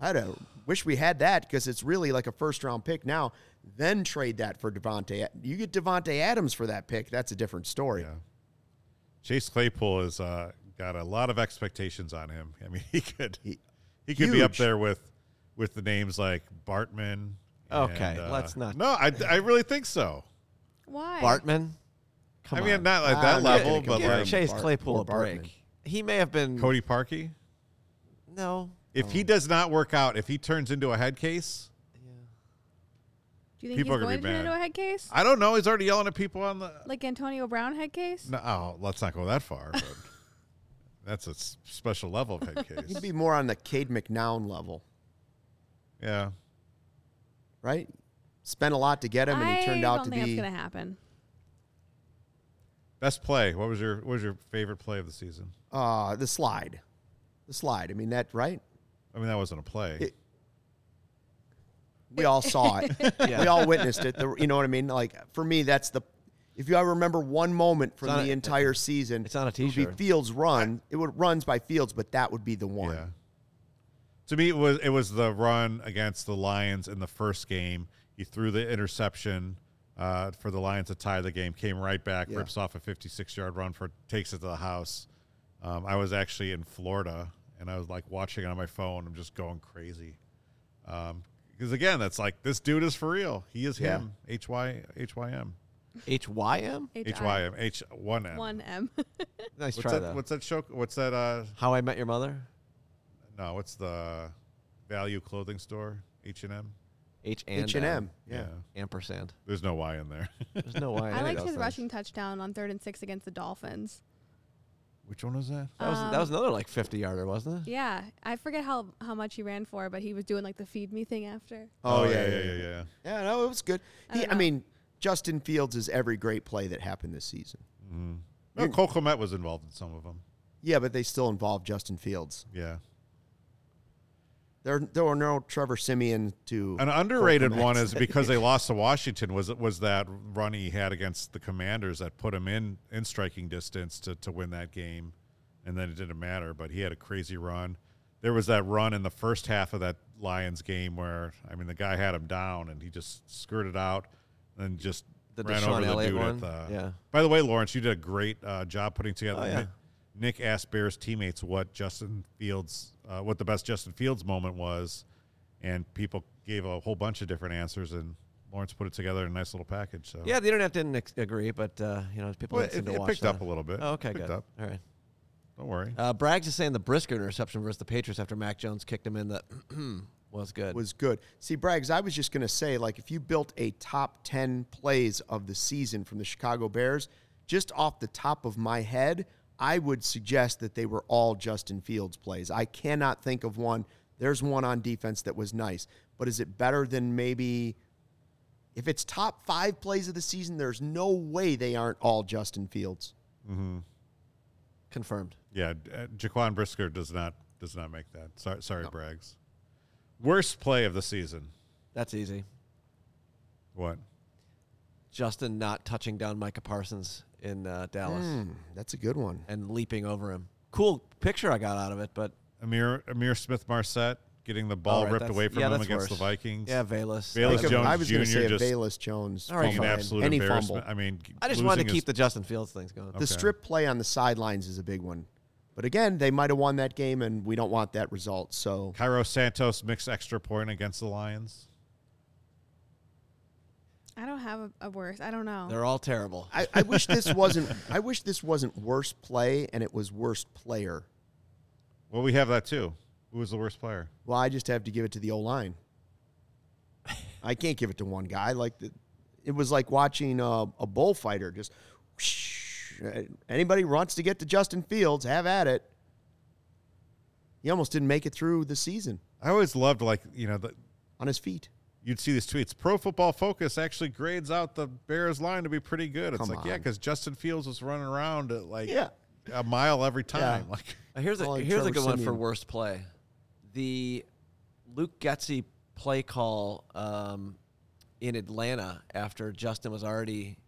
Speaker 5: I don't wish we had that because it's really like a first round pick now. Then trade that for Devonte. You get Devonte Adams for that pick. That's a different story.
Speaker 2: Yeah. Chase Claypool has uh, got a lot of expectations on him. I mean, he could, he,
Speaker 5: He-
Speaker 2: could be up
Speaker 5: huge.
Speaker 2: there with, with the names like Bartman.
Speaker 3: Okay,
Speaker 2: and, uh,
Speaker 3: let's not-
Speaker 2: No, I, I really think so.
Speaker 4: Why?
Speaker 3: Bartman. Come
Speaker 2: I mean,
Speaker 3: on.
Speaker 2: not at
Speaker 5: Ah,
Speaker 2: that
Speaker 5: I'm not
Speaker 2: level,
Speaker 5: gonna
Speaker 2: but
Speaker 5: compare
Speaker 2: like
Speaker 5: him.
Speaker 3: Chase
Speaker 5: Bart-
Speaker 3: Claypool
Speaker 5: or
Speaker 3: a break.
Speaker 5: Bartman.
Speaker 3: He may have been
Speaker 2: Cody Parkey.
Speaker 3: No.
Speaker 2: If
Speaker 5: Oh.
Speaker 2: he does not work out, if he turns into a head case,
Speaker 4: Do you think
Speaker 2: People
Speaker 4: he's
Speaker 2: are gonna
Speaker 4: going
Speaker 2: be
Speaker 4: to turn
Speaker 2: mad.
Speaker 4: into a head case?
Speaker 2: I don't know. He's already yelling at people on the.
Speaker 4: like Antonio Brown head case?
Speaker 2: No, oh, let's not go that far. But that's a s- special level of head case.
Speaker 5: He'd be more on the Cade McNown level,
Speaker 2: yeah,
Speaker 5: right? Spent a lot to get him, and he turned out
Speaker 4: don't
Speaker 5: to
Speaker 4: think
Speaker 5: be
Speaker 4: that's gonna happen.
Speaker 2: best play. What was your What was your favorite play of the season?
Speaker 5: uh, the slide. The slide. I mean that, right?
Speaker 2: I mean, that wasn't a play.
Speaker 5: It- we all saw it.
Speaker 3: Yeah.
Speaker 5: We all witnessed it. The- you know what I mean? Like for me, that's the. If you ever remember one moment from
Speaker 3: It's on
Speaker 5: the
Speaker 3: a-
Speaker 5: entire season,
Speaker 3: it's on a
Speaker 5: It would
Speaker 3: t-shirt.
Speaker 5: be Fields run. It would runs by Fields, but that would be the one.
Speaker 2: yeah. To me, it was it was the run against the Lions in the first game. He threw the interception uh, for the Lions to tie the game. Came right back,
Speaker 5: Yeah.
Speaker 2: rips off a 56-yard run for takes it to the house. Um, I was actually in Florida, and I was like watching it on my phone. I'm just going crazy Um, because again, that's like this dude is for real. He is
Speaker 5: Yeah.
Speaker 2: him. H y h y m.
Speaker 3: H Y M.
Speaker 2: H Y M H one M.
Speaker 4: One M.
Speaker 2: What's
Speaker 3: Nice try
Speaker 2: that?
Speaker 3: though.
Speaker 2: What's that show? What's that? Uh,
Speaker 3: How I Met Your Mother.
Speaker 2: no, what's the value clothing store? H and M.
Speaker 3: H and
Speaker 5: H and M. Yeah.
Speaker 3: Ampersand.
Speaker 2: There's no Y in there.
Speaker 3: There's no Y. in
Speaker 4: I
Speaker 3: any of
Speaker 4: liked
Speaker 3: those
Speaker 4: his
Speaker 3: things.
Speaker 4: rushing touchdown on third and six against the Dolphins.
Speaker 2: Which one was that?
Speaker 3: That was, that was another like 50 yarder, wasn't it?
Speaker 4: um, Yeah, I forget how how much he ran for, but he was doing like the feed me thing after.
Speaker 5: Oh, yeah,
Speaker 2: yeah,
Speaker 5: yeah,
Speaker 2: yeah, yeah.
Speaker 5: Yeah, no, it was good.
Speaker 4: I
Speaker 5: He,
Speaker 4: don't
Speaker 5: I
Speaker 4: know.
Speaker 5: mean, Justin Fields is every great play that happened this season.
Speaker 2: Mm-hmm. No, Cole Komet was involved in some of them.
Speaker 5: Yeah, but they still involve Justin Fields.
Speaker 2: Yeah.
Speaker 5: There, there were no Trevor Simeon to.
Speaker 2: An underrated
Speaker 5: Komet.
Speaker 2: one is because they lost to Washington was was that run he had against the Commanders that put him in in striking distance to to win that game, and then it didn't matter. But he had a crazy run. There was that run in the first half of that Lions game where I mean the guy had him down and he just skirted out and just
Speaker 3: The
Speaker 2: ran
Speaker 3: Deshaun
Speaker 2: over the
Speaker 3: Elliott
Speaker 2: dude
Speaker 3: one?
Speaker 2: at the.
Speaker 3: Yeah.
Speaker 2: By the way, Lawrence, you did a great uh, job putting together.
Speaker 3: Oh, yeah.
Speaker 2: Nick- Nick asked Bears teammates what Justin Fields, uh, what the best Justin Fields moment was, and people gave a whole bunch of different answers, and Lawrence put it together in a nice little package. So
Speaker 3: Yeah, the internet didn't ex- agree, but uh, you know people
Speaker 2: Well,
Speaker 3: didn't seem
Speaker 2: it-
Speaker 3: to
Speaker 2: it
Speaker 3: watch
Speaker 2: picked
Speaker 3: that.
Speaker 2: up a little bit.
Speaker 3: Oh, okay,
Speaker 2: Picked
Speaker 3: good.
Speaker 2: up.
Speaker 3: All right.
Speaker 2: don't worry.
Speaker 3: Uh, Braggs is saying the Brisker interception versus the Patriots after Mac Jones kicked him in. That was good.
Speaker 5: was good. See, Braggs, I was just going to say, like, if you built a top 10 plays of the season from the Chicago Bears, just off the top of my head, I would suggest that they were all Justin Fields plays. I cannot think of one. There's one on defense that was nice, but is it better than maybe if it's top five plays of the season? There's no way they aren't all Justin Fields.
Speaker 3: confirmed.
Speaker 2: Yeah, uh, Jaquan Brisker does not does not make that. Sorry, sorry, Braggs. Worst play of the season.
Speaker 3: That's easy.
Speaker 2: What?
Speaker 3: Justin not touching down Micah Parsons in uh, Dallas
Speaker 5: Hmm, That's a good one.
Speaker 3: and leaping over him. Cool picture I got out of it, but
Speaker 2: Amir Amir Smith Marset getting the ball
Speaker 3: all right,
Speaker 2: ripped
Speaker 3: that's-
Speaker 2: away from
Speaker 3: yeah,
Speaker 2: him
Speaker 3: that's
Speaker 2: against the
Speaker 3: worse.
Speaker 2: Vikings.
Speaker 3: Yeah, Valus.
Speaker 2: Valus
Speaker 3: Like,
Speaker 5: Like, I
Speaker 2: Jones
Speaker 5: was going to
Speaker 2: Jr.
Speaker 5: say a
Speaker 2: just
Speaker 5: Bayless Jones.
Speaker 3: All right,
Speaker 2: Being an
Speaker 3: fine.
Speaker 2: absolute
Speaker 5: Any
Speaker 2: embarrassment.
Speaker 5: fumble.
Speaker 2: I mean, g-
Speaker 3: I just wanted to
Speaker 2: losing
Speaker 3: keep
Speaker 2: his-
Speaker 3: the Justin Fields things going.
Speaker 5: The strip play on the sidelines is a big one. But again, they might have won that game, and we don't want that result. So
Speaker 2: Cairo Santos mixed extra point against the Lions.
Speaker 4: I don't have a, a worse. I don't know.
Speaker 3: They're all terrible.
Speaker 5: I, I wish this wasn't. I wish this wasn't worst play, and it was worst player.
Speaker 2: Well, we have that too. Who was the worst player?
Speaker 5: Well, I just have to give it to the O line. I can't give it to one guy. Like the, it was like watching a, a bullfighter. Just whoosh. anybody who wants to get to Justin Fields, have at it. He almost didn't make it through the season
Speaker 2: I always loved like you know the,
Speaker 5: on his feet.
Speaker 2: you'd see these tweets. Pro Football Focus actually grades out the Bears line to be pretty good. It's
Speaker 5: Come
Speaker 2: like yeah,
Speaker 5: on.
Speaker 2: because Justin Fields was running around at like
Speaker 5: Yeah.
Speaker 2: a mile every time. Like
Speaker 3: Uh, Here's a
Speaker 5: Calling
Speaker 3: here's a
Speaker 5: Trevor
Speaker 3: good one for
Speaker 5: Siemian.
Speaker 3: worst play. The Luke Getzey play call um, in Atlanta after Justin was already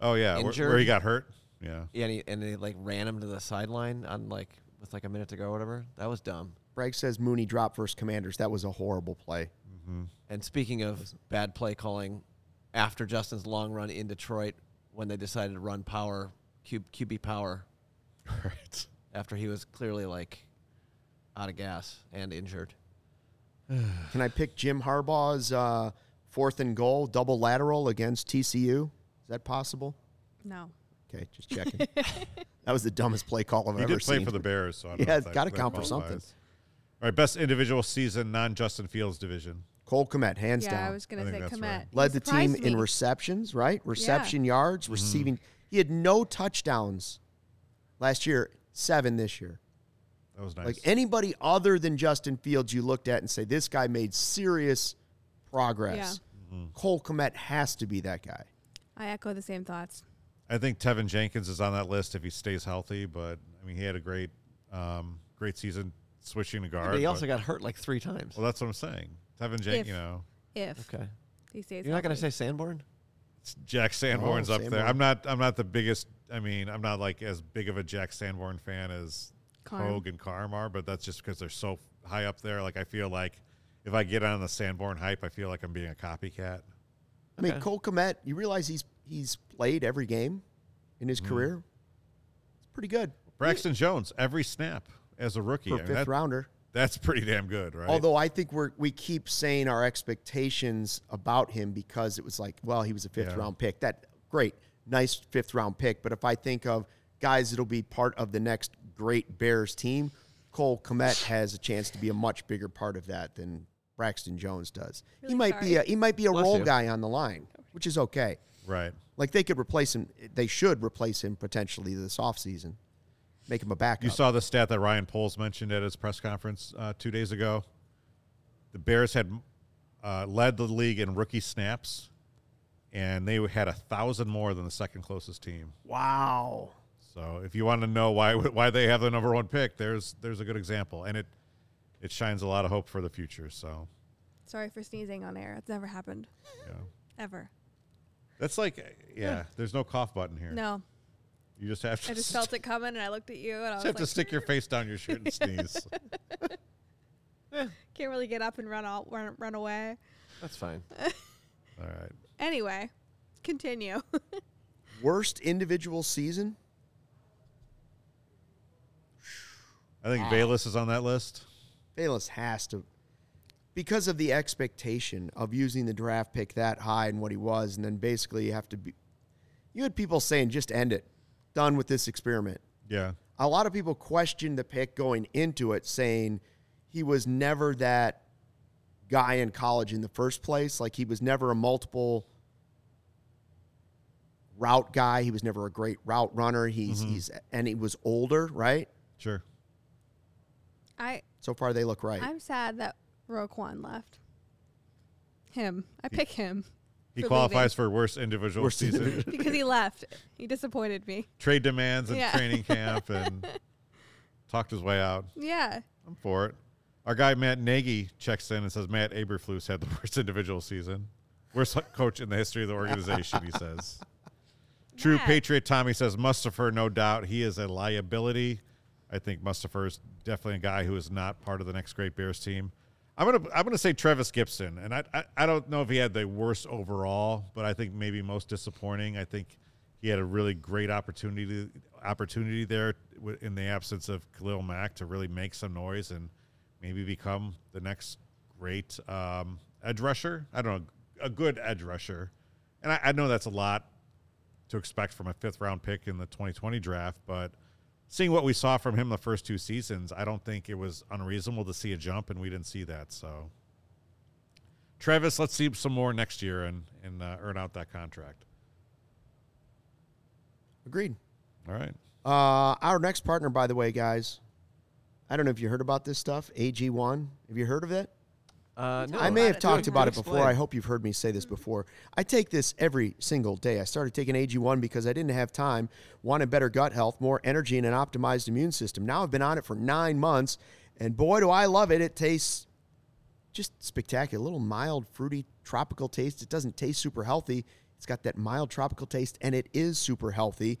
Speaker 2: oh yeah, where,
Speaker 3: Injured.
Speaker 2: where he got hurt. Yeah,
Speaker 3: yeah, and, he, and they like ran him to the sideline on like with like a minute to go or whatever. That was dumb.
Speaker 5: Bragg says Mooney dropped versus Commanders. That was a horrible play.
Speaker 3: And speaking of bad play calling, after Justin's long run in Detroit, when they decided to run power Q, QB power
Speaker 2: right.
Speaker 3: after he was clearly like out of gas and injured.
Speaker 5: Can I pick Jim Harbaugh's uh, fourth and goal double lateral against TCU? Is that possible?
Speaker 4: no.
Speaker 5: Okay, just checking. that was the dumbest play call I've
Speaker 2: He
Speaker 5: ever
Speaker 2: did play
Speaker 5: seen.
Speaker 2: for the Bears, so I don't
Speaker 5: Yeah,
Speaker 2: know if that-
Speaker 5: gotta
Speaker 2: that
Speaker 5: count for
Speaker 2: qualifies.
Speaker 5: something.
Speaker 2: All right, best individual season non Justin Fields division.
Speaker 5: Cole Komet, hands
Speaker 4: yeah,
Speaker 5: down,
Speaker 4: I was
Speaker 2: I
Speaker 4: gonna
Speaker 2: think
Speaker 4: say
Speaker 2: that's
Speaker 4: Komet.
Speaker 2: right.
Speaker 4: He
Speaker 5: led the team
Speaker 4: surprised
Speaker 5: in
Speaker 4: me.
Speaker 5: receptions, right? Reception yards,
Speaker 2: Mm-hmm.
Speaker 5: receiving. He had no touchdowns last year. Seven this year.
Speaker 2: That was nice.
Speaker 5: Like anybody other than Justin Fields, you looked at and say this guy made serious progress.
Speaker 2: Mm-hmm.
Speaker 5: Cole Komet has to be that guy.
Speaker 4: I echo the same thoughts.
Speaker 2: I think Tevin Jenkins is on that list if he stays healthy. But I mean, he had a great, um, great season switching to guard.
Speaker 3: But he also
Speaker 2: but-
Speaker 3: got hurt like three times.
Speaker 2: well, that's what I'm saying. Tevin
Speaker 4: If-
Speaker 2: Jenkins, you know,
Speaker 4: If
Speaker 3: Okay.
Speaker 4: he stays,
Speaker 3: You're not going to
Speaker 4: healthy.
Speaker 3: say Sanborn?
Speaker 2: it's Jack Sanborn's up there.
Speaker 5: Sanborn.
Speaker 2: I'm not. I'm not the biggest. I mean, I'm not like as big of a Jack Sanborn fan as
Speaker 4: Carm.
Speaker 2: Hogue and Carm are. But that's just because they're so high up there. Like I feel like if I get on the Sanborn hype, I feel like I'm being a copycat.
Speaker 5: I mean, Cole Komet, you realize he's he's played every game in his
Speaker 2: Mm-hmm.
Speaker 5: career. It's pretty good
Speaker 2: Braxton Jones every snap as a rookie.
Speaker 5: for
Speaker 2: I mean,
Speaker 5: fifth
Speaker 2: that-
Speaker 5: rounder.
Speaker 2: That's pretty damn good, right?
Speaker 5: Although I think we're we keep saying our expectations about him because it was like, well, he was a fifth
Speaker 2: Yeah.
Speaker 5: round pick. That great, nice fifth round pick. But if I think of guys that'll be part of the next great Bears team, Cole Komet has a chance to be a much bigger part of that than Braxton Jones does. he
Speaker 4: Really
Speaker 5: might be
Speaker 4: sorry.
Speaker 5: a he might be a
Speaker 3: Bless
Speaker 5: role
Speaker 3: you.
Speaker 5: guy on the line, which is okay.
Speaker 2: Right.
Speaker 5: Like they could replace him. They should replace him potentially this offseason. Make him a backup.
Speaker 2: You saw the stat that Ryan Poles mentioned at his press conference uh, two days ago. The Bears had uh, led the league in rookie snaps, and they had a thousand more than the second closest team.
Speaker 5: wow.
Speaker 2: So, if you want to know why why they have the number one pick, there's there's a good example, and it it shines a lot of hope for the future. So,
Speaker 4: Sorry for sneezing on air. It's never happened.
Speaker 2: yeah.
Speaker 4: Ever.
Speaker 2: that's like uh, yeah. There's no cough button here.
Speaker 4: No.
Speaker 2: you just have to
Speaker 4: I just felt it coming and I looked at you and I
Speaker 2: just
Speaker 4: was
Speaker 2: have
Speaker 4: like,
Speaker 2: to stick your face down your shirt and sneeze.
Speaker 4: can't really get up and run out, run, run away.
Speaker 3: That's fine.
Speaker 2: All right.
Speaker 4: Anyway, continue.
Speaker 5: Worst individual season?
Speaker 2: I think Bayless is on that list.
Speaker 5: Bayless has to because of the expectation of using the draft pick that high and what he was, and then basically you have to be you had people saying just end it. Done with this experiment.
Speaker 2: Yeah.
Speaker 5: A lot of people questioned the pick going into it, saying he was never that guy in college in the first place. Like he was never a multiple route guy. He was never a great route runner. He's he's and he was older, right?
Speaker 2: Sure.
Speaker 4: I
Speaker 5: So far they look right.
Speaker 4: I'm sad that Roquan left. Him. I pick him
Speaker 2: He
Speaker 4: for
Speaker 2: qualifies for worst individual
Speaker 5: Worst
Speaker 2: season.
Speaker 4: because he left. He disappointed me.
Speaker 2: Trade demands and
Speaker 4: Yeah.
Speaker 2: training camp and talked his way out.
Speaker 4: Yeah.
Speaker 2: I'm for it. Our guy Matt Nagy checks in and says Matt Aberflus had the worst individual season. Worst coach in the history of the organization, he says. True
Speaker 4: Matt.
Speaker 2: Patriot Tommy says Mustafer, no doubt. He is a liability. I think Mustafer is definitely a guy who is not part of the next great Bears team. I'm gonna I'm gonna say Travis Gibson, and I, I I don't know if he had the worst overall, but I think maybe most disappointing. I think he had a really great opportunity opportunity there wi- in the absence of Khalil Mack to really make some noise and maybe become the next great um, edge rusher. I don't know a good edge rusher, and I, I know that's a lot to expect from a fifth round pick in the 2020 draft, but seeing what we saw from him the first two seasons, I don't think it was unreasonable to see a jump, and we didn't see that. So, Travis, let's see some more next year and and uh, earn out that contract.
Speaker 5: Agreed.
Speaker 2: All right,
Speaker 5: Uh, our next partner, by the way, guys, I don't know if you heard about this stuff, AG1. Have you heard of it?
Speaker 3: Uh, no,
Speaker 5: I may have talked about it
Speaker 3: Explain.
Speaker 5: before. I hope you've heard me say this before. I take this every single day. I started taking AG1 because I didn't have time, wanted better gut health, more energy, and an optimized immune system. Now I've been on it for nine months, and boy, do I love it. It tastes just spectacular. A little mild, fruity, tropical taste. It doesn't taste super healthy. It's got that mild tropical taste, and it is super healthy.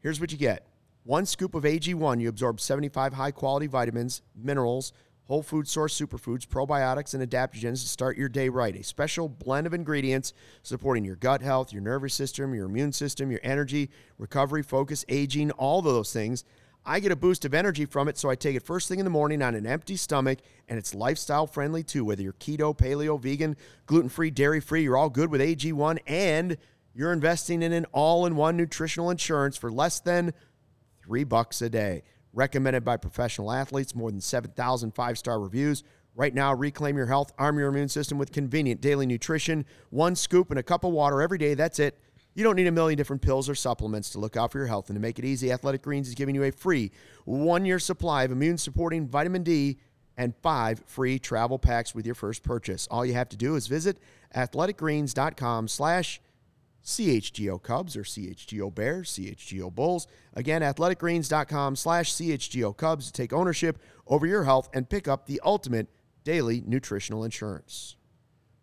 Speaker 5: Here's what you get one scoop of AG1, you absorb 75 high quality vitamins, minerals, whole food source superfoods, probiotics, and adaptogens to start your day right. A special blend of ingredients supporting your gut health, your nervous system, your immune system, your energy, recovery, focus, aging, all of those things. I get a boost of energy from it, so I take it first thing in the morning on an empty stomach, and it's lifestyle friendly too. Whether you're keto, paleo, vegan, gluten free, dairy free, you're all good with AG1 and you're investing in an all-in-one nutritional insurance for less than three bucks a day. Recommended by professional athletes, more than 7,000 five star reviews. Right now, reclaim your health, arm your immune system with convenient daily nutrition. One scoop and a cup of water every day, that's it. You don't need a million different pills or supplements to look out for your health. And to make it easy, Athletic Greens is giving you a free one year supply of immune supporting vitamin D and five free travel packs with your first purchase. All you have to do is visit athleticgreens.com slash CHGO Cubs or CHGO Bears, CHGO Bulls. Again, athleticgreens.com slash CHGO Cubs to take ownership over your health and pick up the ultimate daily nutritional insurance.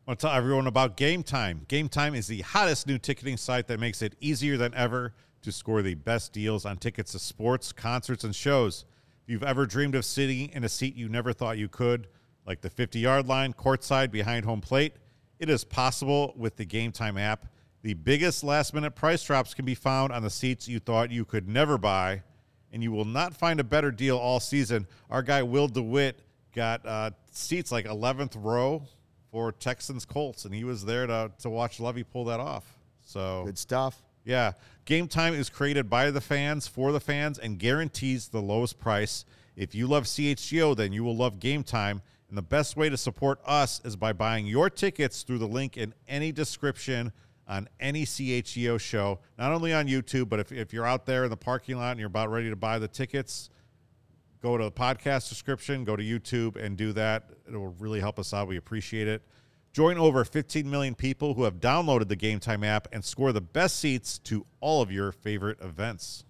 Speaker 2: I want to tell everyone about Game Time. Game Time is the hottest new ticketing site that makes it easier than ever to score the best deals on tickets to sports, concerts, and shows. If you've ever dreamed of sitting in a seat you never thought you could, like the 50 yard line, courtside, behind home plate, it is possible with the Game Time app. The biggest last minute price drops can be found on the seats you thought you could never buy, and you will not find a better deal all season. Our guy Will DeWitt got uh, seats like 11th row for Texans Colts, and he was there to, to watch Levy pull that off. So
Speaker 5: Good stuff.
Speaker 2: yeah. Game Time is created by the fans for the fans and guarantees the lowest price. If you love CHGO, then you will love Game Time. And the best way to support us is by buying your tickets through the link in any description on any CHGO show, not only on YouTube, but if, if you're out there in the parking lot and you're about ready to buy the tickets, go to the podcast description, go to YouTube, and do that. It will really help us out. We appreciate it. Join over 15 million people who have downloaded the Game Time app and score the best seats to all of your favorite events.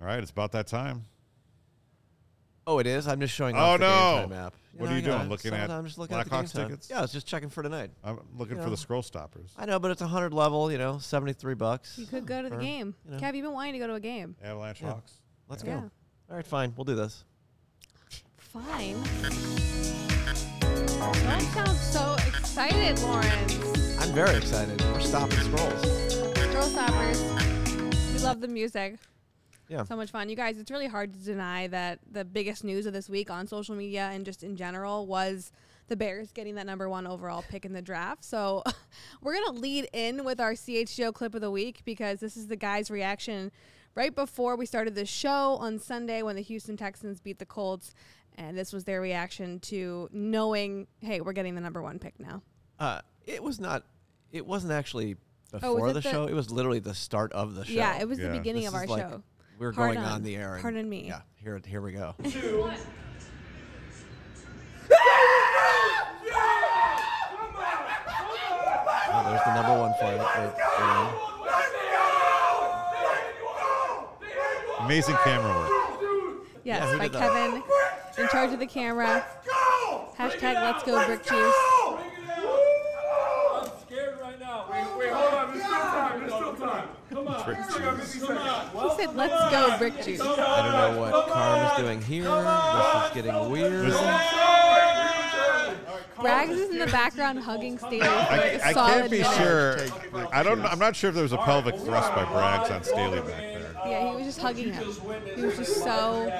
Speaker 2: All right, it's about that time.
Speaker 3: Oh, it is. I'm just showing.
Speaker 2: Oh,
Speaker 3: off the
Speaker 2: no.
Speaker 3: Game time app.
Speaker 2: What are you
Speaker 3: I got
Speaker 2: doing?
Speaker 3: it.
Speaker 2: Looking
Speaker 3: Some-
Speaker 2: at
Speaker 3: I'm just looking at the
Speaker 2: Blackhawks
Speaker 3: Game Time.
Speaker 2: tickets?
Speaker 3: Yeah, I was just checking for tonight.
Speaker 2: I'm looking
Speaker 3: You
Speaker 2: for
Speaker 3: know.
Speaker 2: the scroll stoppers.
Speaker 3: I know, but it's a hundred level. You know, seventy three bucks.
Speaker 4: You could go to the
Speaker 3: Or,
Speaker 4: game.
Speaker 3: you know.
Speaker 4: Kev, you've been wanting to go to a game.
Speaker 2: Avalanche
Speaker 3: Yeah.
Speaker 2: Hawks.
Speaker 3: Let's
Speaker 4: Yeah.
Speaker 3: go. All right, fine. We'll do this.
Speaker 4: Fine. That sounds so excited, Lawrence.
Speaker 3: I'm very excited. We're stopping scrolls.
Speaker 4: Girl Stoppers. We love the music.
Speaker 3: Yeah.
Speaker 4: So much fun. You guys, it's really hard to deny that the biggest news of this week on social media and just in general was the Bears getting that number one overall pick in the draft. So we're going to lead in with our CHGO clip of the week because this is the guys' reaction right before we started the show on Sunday when the Houston Texans beat the Colts. And this was their reaction to knowing, hey, we're getting the number one pick now.
Speaker 3: Uh, it was not. It wasn't actually before
Speaker 4: Oh, was it
Speaker 3: the
Speaker 4: the-
Speaker 3: show. It was literally the start of the show.
Speaker 4: Yeah, it was
Speaker 2: Yeah.
Speaker 4: the beginning
Speaker 3: This
Speaker 4: of
Speaker 3: is
Speaker 4: our
Speaker 3: like-
Speaker 4: show.
Speaker 3: We're
Speaker 4: Pardon.
Speaker 3: going on the air. and-
Speaker 4: Pardon me.
Speaker 3: Yeah. Here, here we go. Oh, there's the number one for it.
Speaker 2: Amazing camera work.
Speaker 4: Yes,
Speaker 3: Yeah, who
Speaker 4: by
Speaker 3: did that?
Speaker 4: Kevin, in charge of the camera. Hashtag Let's Go Brick Juice.
Speaker 6: I'm scared right now. Wait, wait, hold on. There's still time. There's still time. Come on. Come on.
Speaker 4: He said Let's Go Brick Juice.
Speaker 3: I don't know what Carm is doing here. This is getting weird.
Speaker 4: Rags is in the background hugging Stevie for like
Speaker 2: I,
Speaker 4: a
Speaker 2: I
Speaker 4: solid
Speaker 2: can't be
Speaker 4: minute.
Speaker 2: sure.
Speaker 5: Take the
Speaker 2: I don't. I'm not sure if there was a pelvic thrust by Braggs on Staley back there.
Speaker 4: Yeah, he was just hugging him. He was just so.
Speaker 2: I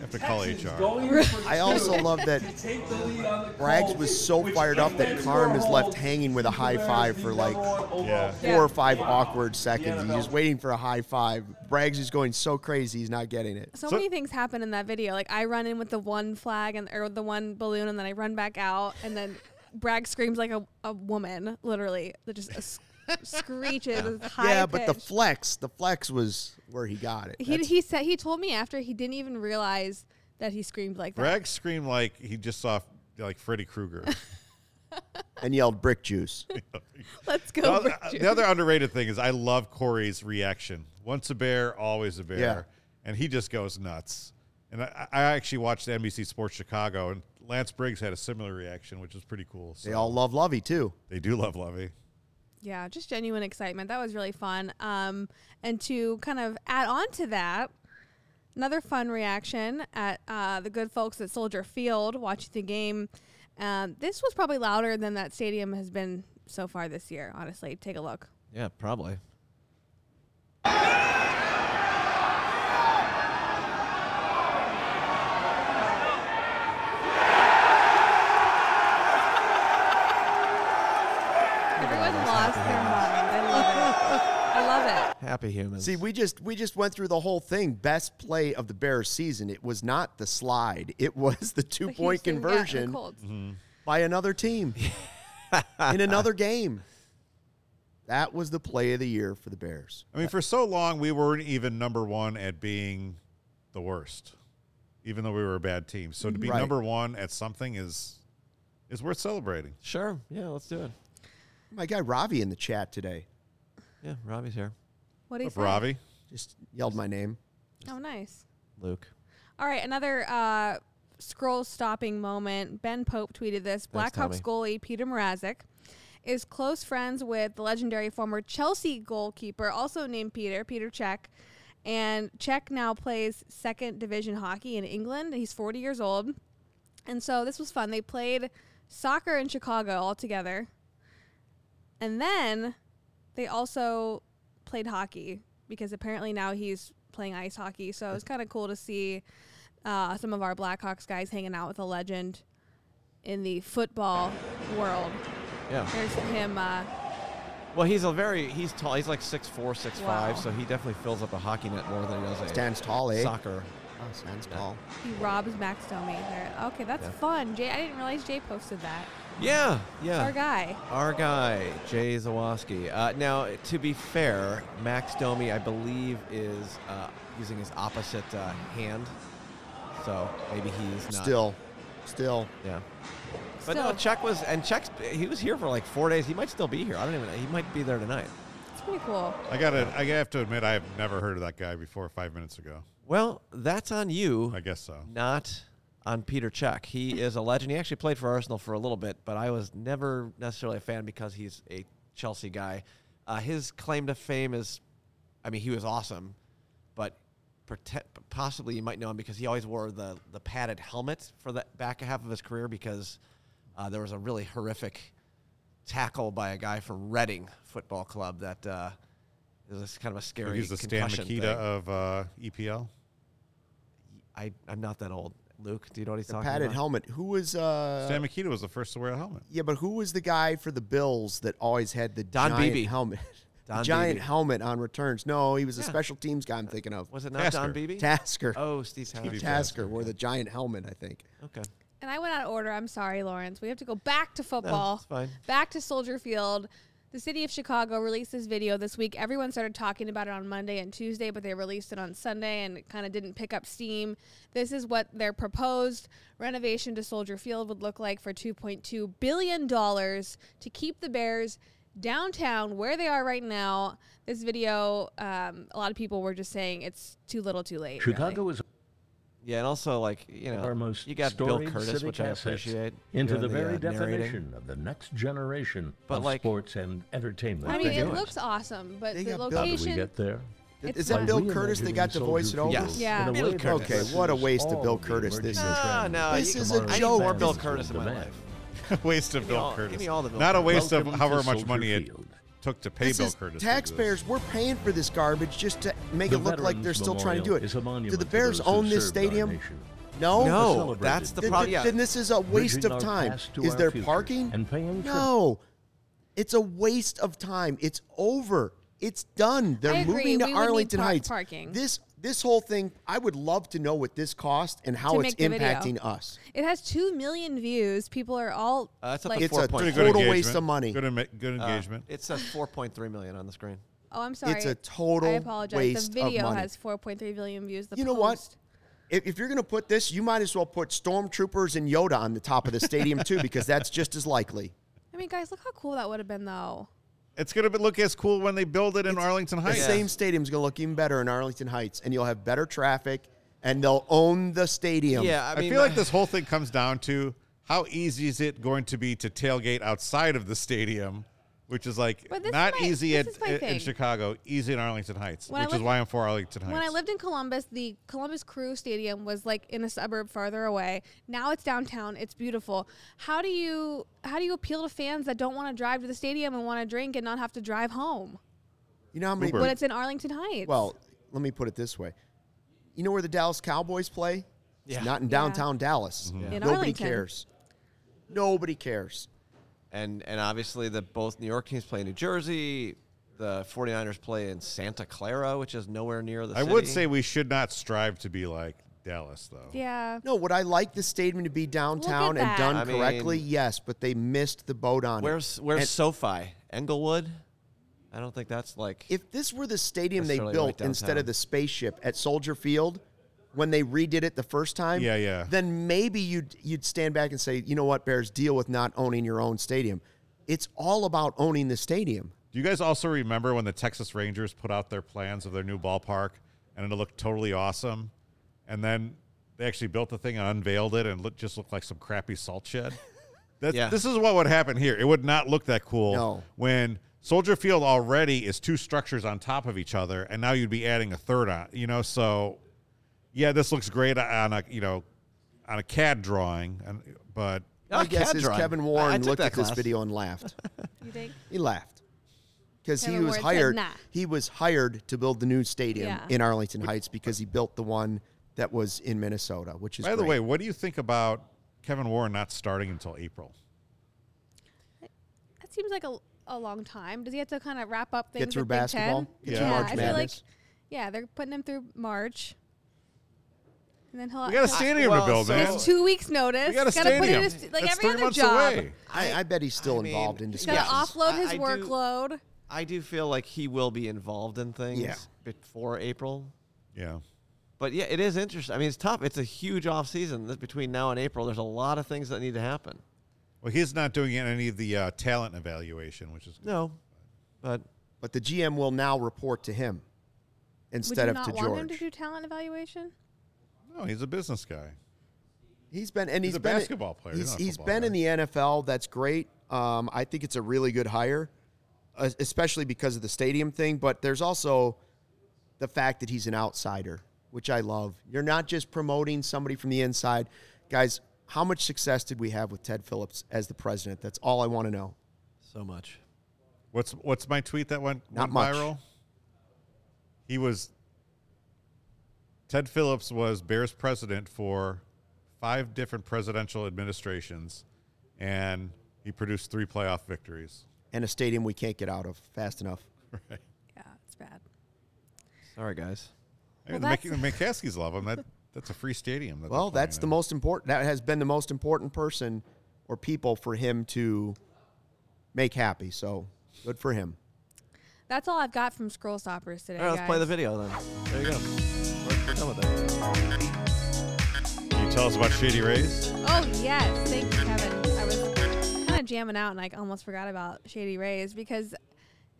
Speaker 2: have to call HR.
Speaker 6: Going for
Speaker 5: I also love that
Speaker 6: take the lead on the
Speaker 5: Braggs
Speaker 6: Colts,
Speaker 5: was so
Speaker 6: which
Speaker 5: fired up that
Speaker 6: if they
Speaker 5: Carm is
Speaker 6: score
Speaker 5: left
Speaker 6: holds,
Speaker 5: hanging with a
Speaker 6: the
Speaker 5: high
Speaker 6: Bears
Speaker 5: five
Speaker 6: be
Speaker 5: for,
Speaker 6: number
Speaker 5: like,
Speaker 6: one overall
Speaker 2: Yeah.
Speaker 6: pick.
Speaker 5: four or five awkward
Speaker 6: Yeah,
Speaker 5: seconds. He's
Speaker 6: no.
Speaker 5: just waiting for a high five. Braggs is going so crazy, he's not getting it.
Speaker 4: So,
Speaker 2: So-
Speaker 4: many things happen in that video. Like I run in with the one flag and or the one balloon, and then I run back out, and then Bragg screams like a, a woman, literally, that just a s- screeches. it's High
Speaker 5: yeah, but the
Speaker 4: pitched.
Speaker 5: flex, the flex was where he got it.
Speaker 4: He,
Speaker 5: That's-
Speaker 4: he said he told me after he didn't even realize that he screamed like that.
Speaker 2: Braggs screamed like he just saw like Freddy Krueger.
Speaker 5: and yelled brick juice.
Speaker 4: Let's go.
Speaker 2: The other, uh,
Speaker 4: Bridget.
Speaker 2: the other underrated thing is I love Corey's reaction. Once a bear, always a bear,
Speaker 5: Yeah.
Speaker 2: and he just goes nuts. And I, I actually watched NBC Sports Chicago, and Lance Briggs had a similar reaction, which was pretty cool. So
Speaker 5: They all love Lovey too.
Speaker 2: they do love Lovey.
Speaker 4: yeah, just genuine excitement. That was really fun. Um, and to kind of add on to that, another fun reaction at uh, the good folks at Soldier Field watching the game. Um, this was probably louder than that stadium has been so far this year. Honestly, take a look.
Speaker 3: Yeah, probably.
Speaker 4: Everyone lost their mind. I love it. I love it.
Speaker 3: Happy humans.
Speaker 5: See, we just we just went through the whole thing. Best play of the Bears season. It was not the slide. It was the two
Speaker 4: The
Speaker 5: point
Speaker 4: Houston- yeah, and the
Speaker 5: conversion
Speaker 4: Colts.
Speaker 5: by another team in another game. That was the play of the year for the Bears.
Speaker 2: I mean, for so long we weren't even number one at being the worst, even though we were a bad team. So to be
Speaker 5: Right.
Speaker 2: number one at something is is worth celebrating.
Speaker 3: sure. Yeah, let's do it.
Speaker 5: My guy Ravi in the chat today
Speaker 3: Yeah, Robbie's here.
Speaker 4: What do you
Speaker 2: Up,
Speaker 4: say?
Speaker 2: Ravi.
Speaker 5: just yelled my name.
Speaker 4: Oh, nice.
Speaker 3: Luke.
Speaker 4: All right, another uh, scroll stopping moment. Ben Pope tweeted this Blackhawks goalie Peter Mrazek is close friends with the legendary former Chelsea goalkeeper, also named Peter, Peter Cech. And Cech now plays second division hockey in England. He's 40 years old. And so this was fun. They played soccer in Chicago all together. And then they also played hockey because apparently now he's playing ice hockey. So it was kind of cool to see uh, some of our Blackhawks guys hanging out with a legend in the football world.
Speaker 3: Yeah.
Speaker 4: There's him uh,
Speaker 3: Well, he's a very he's tall. He's like six four, six five. so he definitely fills up a hockey net more than he does a
Speaker 5: Stands tall, eh?
Speaker 3: soccer.
Speaker 5: Oh, Stan's tall.
Speaker 4: He robs Max Domi there. Okay, that's fun. Jay, I didn't realize Jay posted that.
Speaker 3: Yeah, yeah.
Speaker 4: Our guy.
Speaker 3: Our guy, Jay Zawoski. Uh, now, to be fair, Max Domi, I believe, is uh, using his opposite uh, hand, so maybe he's not.
Speaker 5: Still, still.
Speaker 3: Yeah. But no,
Speaker 4: Still.
Speaker 3: Czech was and Czech's. He was here for like four days. He might still be here. I don't even. He might be there tonight.
Speaker 4: It's pretty cool.
Speaker 2: I gotta. I have to admit, I have never heard of that guy before five minutes ago.
Speaker 3: Well, that's on you.
Speaker 2: I guess so.
Speaker 3: Not on Peter Czech. He is a legend. He actually played for Arsenal for a little bit, but I was never necessarily a fan because he's a Chelsea guy. Uh, his claim to fame is, I mean, he was awesome, but prote- possibly you might know him because he always wore the, the padded helmet for the back half of his career because uh, there was a really horrific tackle by a guy from Reading Football Club that uh, it was kind of a scary
Speaker 2: He's the Stan
Speaker 3: concussion
Speaker 2: Makita
Speaker 3: thing.
Speaker 2: of uh, EPL.
Speaker 3: I, I'm not that old. Luke, do you know what he's
Speaker 5: The
Speaker 3: talking
Speaker 5: padded
Speaker 3: about?
Speaker 5: helmet. Who was uh
Speaker 2: Stan Mikita was the first to wear a helmet.
Speaker 5: Yeah, but who was the guy for the Bills that always had the
Speaker 3: Don
Speaker 5: giant
Speaker 3: Beebe.
Speaker 5: helmet? The
Speaker 3: Don
Speaker 5: giant
Speaker 3: Beebe.
Speaker 5: helmet on returns. No, he was a special teams guy I'm thinking of.
Speaker 3: Was it not
Speaker 2: Tasker.
Speaker 3: Don Beebe?
Speaker 5: Tasker.
Speaker 3: Oh, Steve Tasker.
Speaker 5: Tasker, wore the giant helmet, I think.
Speaker 3: Okay.
Speaker 4: And I went out of order. I'm sorry, Lawrence. We have to go back to football.
Speaker 3: it's fine.
Speaker 4: Back to Soldier Field. The city of Chicago released this video this week. Everyone started talking about it on Monday and Tuesday, but they released it on Sunday and it kind of didn't pick up steam. This is what their proposed renovation to Soldier Field would look like for $2.2 billion to keep the Bears downtown where they are right now. This video, um, a lot of people were just saying it's too little too late. really.
Speaker 7: Chicago is
Speaker 3: Yeah, and also like you know,
Speaker 7: our most
Speaker 3: you got Bill
Speaker 7: storied
Speaker 3: Curtis,
Speaker 7: civic
Speaker 3: which I
Speaker 7: assets,
Speaker 3: appreciate,
Speaker 7: into
Speaker 3: doing
Speaker 7: the very
Speaker 3: uh, narrating.
Speaker 7: definition of the next generation
Speaker 3: But,
Speaker 7: of
Speaker 3: like-
Speaker 7: sports and entertainment.
Speaker 4: I mean,
Speaker 3: they
Speaker 4: it
Speaker 3: doing?
Speaker 4: looks awesome, but
Speaker 5: They
Speaker 4: the
Speaker 5: got Bill-
Speaker 7: How did
Speaker 4: location.
Speaker 7: we get there?
Speaker 4: It's
Speaker 5: Is that
Speaker 4: not-
Speaker 5: Bill Curtis that got to voice it over?
Speaker 3: Yes.
Speaker 4: Yeah.
Speaker 7: In a
Speaker 3: Bill
Speaker 7: way that
Speaker 3: Curtis. Okay,
Speaker 7: addresses
Speaker 5: what a waste of
Speaker 7: all
Speaker 5: Bill
Speaker 7: the
Speaker 5: Curtis this
Speaker 7: emerging
Speaker 5: is.
Speaker 3: No,
Speaker 7: trends
Speaker 3: no,
Speaker 7: in
Speaker 5: This
Speaker 3: you-
Speaker 5: is a
Speaker 3: I need
Speaker 5: joke.
Speaker 3: more Bill
Speaker 7: physical
Speaker 3: Curtis in my
Speaker 7: demand.
Speaker 3: life.
Speaker 2: waste of
Speaker 3: Give me
Speaker 2: Bill
Speaker 3: all- give
Speaker 2: Curtis.
Speaker 3: me all the Bill
Speaker 2: Not a
Speaker 3: Curtis.
Speaker 2: waste of
Speaker 7: Welcome to
Speaker 2: however much
Speaker 7: Soldier
Speaker 2: money it
Speaker 7: Field.
Speaker 2: took to pay
Speaker 5: This
Speaker 2: Bill
Speaker 5: is
Speaker 2: Curtis. to do this.
Speaker 5: taxpayers. We're paying for this garbage just to make
Speaker 7: The
Speaker 5: it look like they're
Speaker 7: Veterans
Speaker 5: still trying to do
Speaker 7: Memorial
Speaker 5: it.
Speaker 7: is a
Speaker 5: Do
Speaker 7: monument
Speaker 5: the
Speaker 7: to
Speaker 5: Bears
Speaker 7: those who
Speaker 5: own this
Speaker 7: served our
Speaker 5: stadium?
Speaker 7: nation.
Speaker 5: No.
Speaker 3: No,
Speaker 7: celebrated.
Speaker 3: that's the
Speaker 5: Th-
Speaker 3: problem.
Speaker 5: th-
Speaker 3: Yeah.
Speaker 5: Then this is a waste
Speaker 7: Bridging
Speaker 5: of
Speaker 7: our
Speaker 5: time.
Speaker 7: past to
Speaker 5: Is
Speaker 7: our
Speaker 5: there
Speaker 7: future
Speaker 5: parking?
Speaker 7: and paying tri-
Speaker 5: no. It's a waste of time. It's over. It's done. They're
Speaker 4: I agree.
Speaker 5: moving to
Speaker 4: We would need
Speaker 5: Arlington
Speaker 4: park-
Speaker 5: Heights.
Speaker 4: parking.
Speaker 5: This this whole thing, I would love to know what this cost and how
Speaker 4: To make
Speaker 5: it's
Speaker 4: the video.
Speaker 5: impacting us.
Speaker 4: It has two million views. People are all
Speaker 3: Uh, that's up
Speaker 4: like,
Speaker 3: to
Speaker 5: It's
Speaker 3: four
Speaker 5: a
Speaker 3: point.
Speaker 2: Pretty
Speaker 3: three.
Speaker 2: good
Speaker 5: Total
Speaker 2: engagement.
Speaker 5: waste of money.
Speaker 2: Good, em- good engagement.
Speaker 3: It says Uh, four point three million on the screen.
Speaker 4: oh, I'm sorry.
Speaker 5: It's a total
Speaker 4: I apologize.
Speaker 5: waste of
Speaker 4: the video
Speaker 5: money.
Speaker 4: has 4.3 million views. The
Speaker 5: You know what?
Speaker 4: post-
Speaker 5: If, if you're going to put this, you might as well put stormtroopers and Yoda on the top of the stadium too, because that's just as likely.
Speaker 4: I mean, guys, look how cool that would have been, though.
Speaker 2: it's going to look as cool when they build it in Arlington
Speaker 5: The
Speaker 2: Heights.
Speaker 5: same stadium's going to look even better in Arlington Heights, and you'll have better traffic, and they'll own the stadium.
Speaker 3: Yeah, I
Speaker 2: Um, I
Speaker 3: mean, uh,
Speaker 5: uh,
Speaker 2: feel like this whole thing comes down to how easy is it going to be to tailgate outside of the stadium, which is like
Speaker 4: But this is
Speaker 2: not
Speaker 4: my-
Speaker 2: easy at,
Speaker 4: this is my
Speaker 2: in- in
Speaker 4: thing.
Speaker 2: Chicago, easy in Arlington Heights,
Speaker 4: When I
Speaker 2: which is
Speaker 4: lived-
Speaker 2: why I'm for Arlington Heights.
Speaker 4: When I lived in Columbus, the Columbus Crew Stadium was like in a suburb farther away. Now it's downtown. It's beautiful. How do you how do you appeal to fans that don't want to drive to the stadium and want to drink and not have to drive home
Speaker 5: You know how many?
Speaker 2: Uber.
Speaker 4: when it's in Arlington Heights?
Speaker 5: Well, let me put it this way. You know where the Dallas Cowboys play? It's
Speaker 3: Yeah. Mm-hmm.
Speaker 5: not in downtown Dallas.
Speaker 4: In
Speaker 5: Nobody
Speaker 4: Arlington.
Speaker 5: cares. Nobody cares.
Speaker 3: And and obviously the both New York teams play in New Jersey. The 49ers play in Santa Clara, which is nowhere near the
Speaker 2: I
Speaker 3: city.
Speaker 2: would say we should not strive to be like Dallas, though.
Speaker 4: yeah.
Speaker 5: No, would I like the stadium to be downtown and
Speaker 4: that.
Speaker 5: done
Speaker 3: I mean-
Speaker 5: correctly? yes, but they missed the boat on it.
Speaker 3: Where's where's
Speaker 5: And-
Speaker 3: SoFi? Englewood? I don't think that's like.
Speaker 5: If this were the stadium they
Speaker 3: Necessarily right
Speaker 5: built
Speaker 3: downtown.
Speaker 5: instead of the spaceship at Soldier Field when they redid it the first time,
Speaker 2: Yeah, yeah.
Speaker 5: then maybe you'd you'd stand back and say, you know what, Bears, deal with not owning your own stadium. It's all about owning the stadium.
Speaker 2: Do you guys also remember when the Texas Rangers put out their plans of their new ballpark and it looked totally awesome? And then they actually built the thing and unveiled it and it just looked like some crappy salt shed? That's,
Speaker 3: Yeah.
Speaker 2: This is what would happen here. It would not look that cool
Speaker 5: No.
Speaker 2: when Soldier Field already is two structures on top of each other, and now you'd be adding a third on. You know, so yeah, this looks great on a you know on a CAD drawing, and, but
Speaker 3: Oh,
Speaker 5: My guess
Speaker 3: CAD
Speaker 5: is
Speaker 3: drawing.
Speaker 5: Kevin
Speaker 3: I- I
Speaker 5: Warren
Speaker 3: took
Speaker 5: looked
Speaker 3: that
Speaker 5: at this
Speaker 3: class.
Speaker 5: video and laughed.
Speaker 4: You think?
Speaker 5: He laughed because he
Speaker 4: Kevin
Speaker 5: was
Speaker 4: Warren said
Speaker 5: hired.
Speaker 4: nah.
Speaker 5: He was hired to build the new stadium
Speaker 4: Yeah.
Speaker 5: in Arlington Heights because he built the one that was in Minnesota, which is
Speaker 2: By the
Speaker 5: great.
Speaker 2: way, what do you think about Kevin Warren not starting until April?
Speaker 4: That seems like a a long time. Does he have to kind of wrap up things?
Speaker 5: Get through
Speaker 4: with Big
Speaker 5: basketball.
Speaker 4: Ten?
Speaker 5: Get
Speaker 2: through
Speaker 4: yeah,
Speaker 2: March
Speaker 4: I feel like
Speaker 5: Madness.
Speaker 4: yeah, they're putting him through March, and then he'll.
Speaker 2: We got a
Speaker 4: he'll-
Speaker 2: stadium
Speaker 3: Well,
Speaker 2: to build,
Speaker 3: so-
Speaker 2: man.
Speaker 4: It's two weeks notice.
Speaker 2: We got a
Speaker 4: Gotta
Speaker 2: stadium.
Speaker 4: Put in his, like
Speaker 2: That's
Speaker 4: every
Speaker 2: three
Speaker 4: other
Speaker 2: months
Speaker 4: job.
Speaker 2: away.
Speaker 5: I, I bet he's still
Speaker 3: I mean,
Speaker 5: involved in
Speaker 3: yeah.
Speaker 4: He's
Speaker 5: discussions.
Speaker 4: gotta
Speaker 3: Yes.
Speaker 4: offload
Speaker 3: I-
Speaker 4: his
Speaker 3: I do-
Speaker 4: workload.
Speaker 3: I do feel like he will be involved in things
Speaker 5: Yeah.
Speaker 3: before April.
Speaker 2: Yeah.
Speaker 3: But yeah, it is interesting. I mean, it's tough. It's a huge off season This- between now and April. There's a lot of things that need to happen.
Speaker 2: Well, he's not doing any of the uh, talent evaluation, which is good.
Speaker 3: No, but
Speaker 5: But the GM will now report to him
Speaker 4: Would you
Speaker 5: instead of
Speaker 4: not
Speaker 5: to
Speaker 4: want him to
Speaker 5: George.
Speaker 4: do talent evaluation?
Speaker 2: No, he's a business guy.
Speaker 5: He's been and
Speaker 2: He's
Speaker 5: he's
Speaker 2: a
Speaker 5: been
Speaker 2: basketball player, he's
Speaker 5: He's,
Speaker 2: not a
Speaker 5: he's
Speaker 2: football
Speaker 5: been in the NFL. That's great. Um, I think it's a really good hire, es- especially because of the stadium thing. But there's also the fact that he's an outsider, which I love. You're not just promoting somebody from the inside, guys. How much success did we have with Ted Phillips as the president? That's all I want to know.
Speaker 3: so much.
Speaker 2: What's what's my tweet that went,
Speaker 5: Not
Speaker 2: went
Speaker 5: much.
Speaker 2: viral? He was Ted Phillips was Bears president for five different presidential administrations, and he produced three playoff victories.
Speaker 5: And a stadium we can't get out of fast enough.
Speaker 4: Yeah, it's bad.
Speaker 3: Sorry, guys.
Speaker 2: Hey,
Speaker 4: that's-
Speaker 2: the Mc- the McCaskies love him. That that's a free stadium. that
Speaker 5: Well,
Speaker 2: they're
Speaker 5: that's the
Speaker 2: playing
Speaker 5: most important. That has been the most important person or people for him to make happy. So good for him.
Speaker 4: That's all I've got from Scroll Stoppers today.
Speaker 3: All right, let's play the
Speaker 4: guys.
Speaker 3: video then. There you go. We're done with it.
Speaker 2: in. Can you tell us about Shady Rays?
Speaker 4: Oh yes, thank you, Kevin. I was kind of jamming out and like almost forgot about Shady Rays because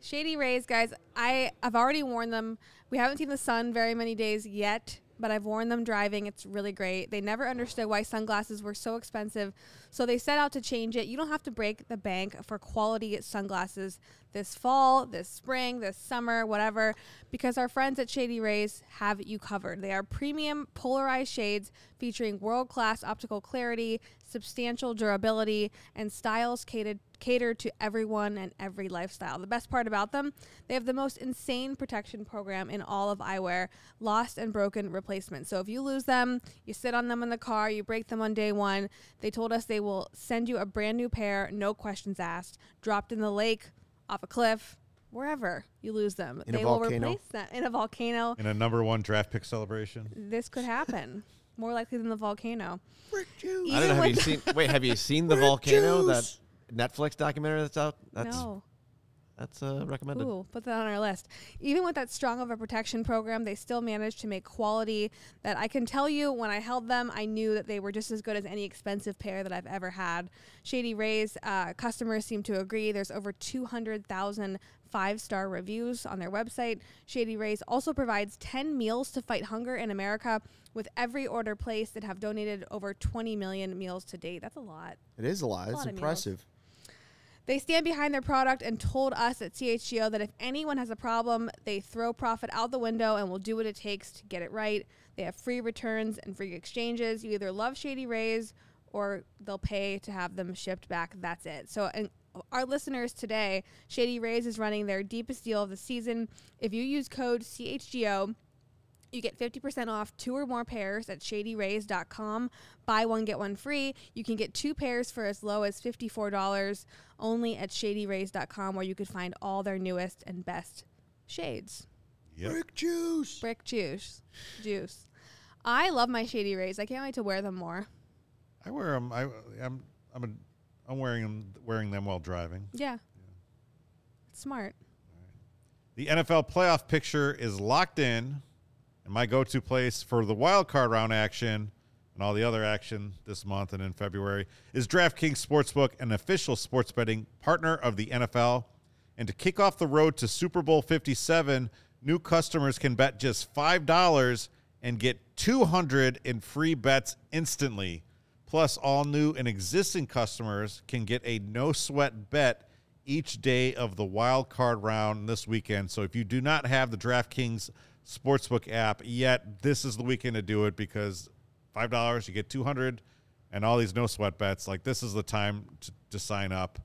Speaker 4: Shady Rays, guys, I I've already worn them. We haven't seen the sun very many days yet, but I've worn them driving. It's really great. They never understood why sunglasses were so expensive, so they set out to change it. You don't have to break the bank for quality sunglasses this fall, this spring, this summer, whatever, because our friends at Shady Rays have you covered. They are premium polarized shades featuring world-class optical clarity, substantial durability, and styles catered cater to everyone and every lifestyle. The best part about them, they have the most insane protection program in all of eyewear, lost and broken replacement. So if you lose them, you sit on them in the car, you break them on day 1, they told us they will send you a brand new pair, no questions asked, dropped in the lake, off a cliff, wherever you lose them.
Speaker 5: In a
Speaker 4: they will
Speaker 5: volcano.
Speaker 4: replace them in a volcano.
Speaker 2: In a number one draft pick celebration.
Speaker 4: This could happen. More likely than the volcano.
Speaker 3: I don't
Speaker 4: Even
Speaker 3: know. Have you
Speaker 4: with-
Speaker 3: seen? Wait, have you seen the
Speaker 5: We're
Speaker 3: volcano? That
Speaker 5: Jews.
Speaker 3: Netflix documentary that's out. That's
Speaker 4: no.
Speaker 3: that's uh, recommended.
Speaker 4: Ooh, put that on our list. Even with that strong of a protection program, they still managed to make quality that I can tell you when I held them, I knew that they were just as good as any expensive pair that I've ever had. Shady Rays uh, customers seem to agree. There's over 200,000 five star reviews on their website. Shady Rays also provides 10 meals to fight hunger in America with every order placed and have donated over 20 million meals to date. That's a lot.
Speaker 5: It is a lot. It's
Speaker 4: lot of meals.
Speaker 5: impressive.
Speaker 4: They stand behind their product and told us at CHGO that if anyone has a problem, they throw profit out the window and will do what it takes to get it right. They have free returns and free exchanges. You either love Shady Rays or they'll pay to have them shipped back. That's it. So, and our listeners today, Shady Rays is running their deepest deal of the season. If you use code CHGO, you get 50% off two or more pairs at shadyrays.com. Buy one, get one free. You can get two pairs for as low as $54 only at shadyrays.com, where you could find all their newest and best shades.
Speaker 2: Yep.
Speaker 5: Jews.
Speaker 4: Brick juice. Juice. I love my Shady Rays. I can't wait to wear them more.
Speaker 2: I wear them. I, I'm I'm a, I'm wearing them wearing them while driving.
Speaker 4: Yeah. Smart.
Speaker 2: The NFL playoff picture is locked in, and my go-to place for the wild card round action and all the other action this month and in February is DraftKings Sportsbook, an official sports betting partner of the NFL. And to kick off the road to Super Bowl 57, new customers can bet just $5 and get 200 in free bets instantly. Plus, all new and existing customers can get a no sweat bet each day of the wild card round this weekend. So if you do not have the DraftKings Sportsbook app yet, this is the weekend to do it because five dollars you get two hundred, and all these no sweat bets. Like this is the time to, to sign up.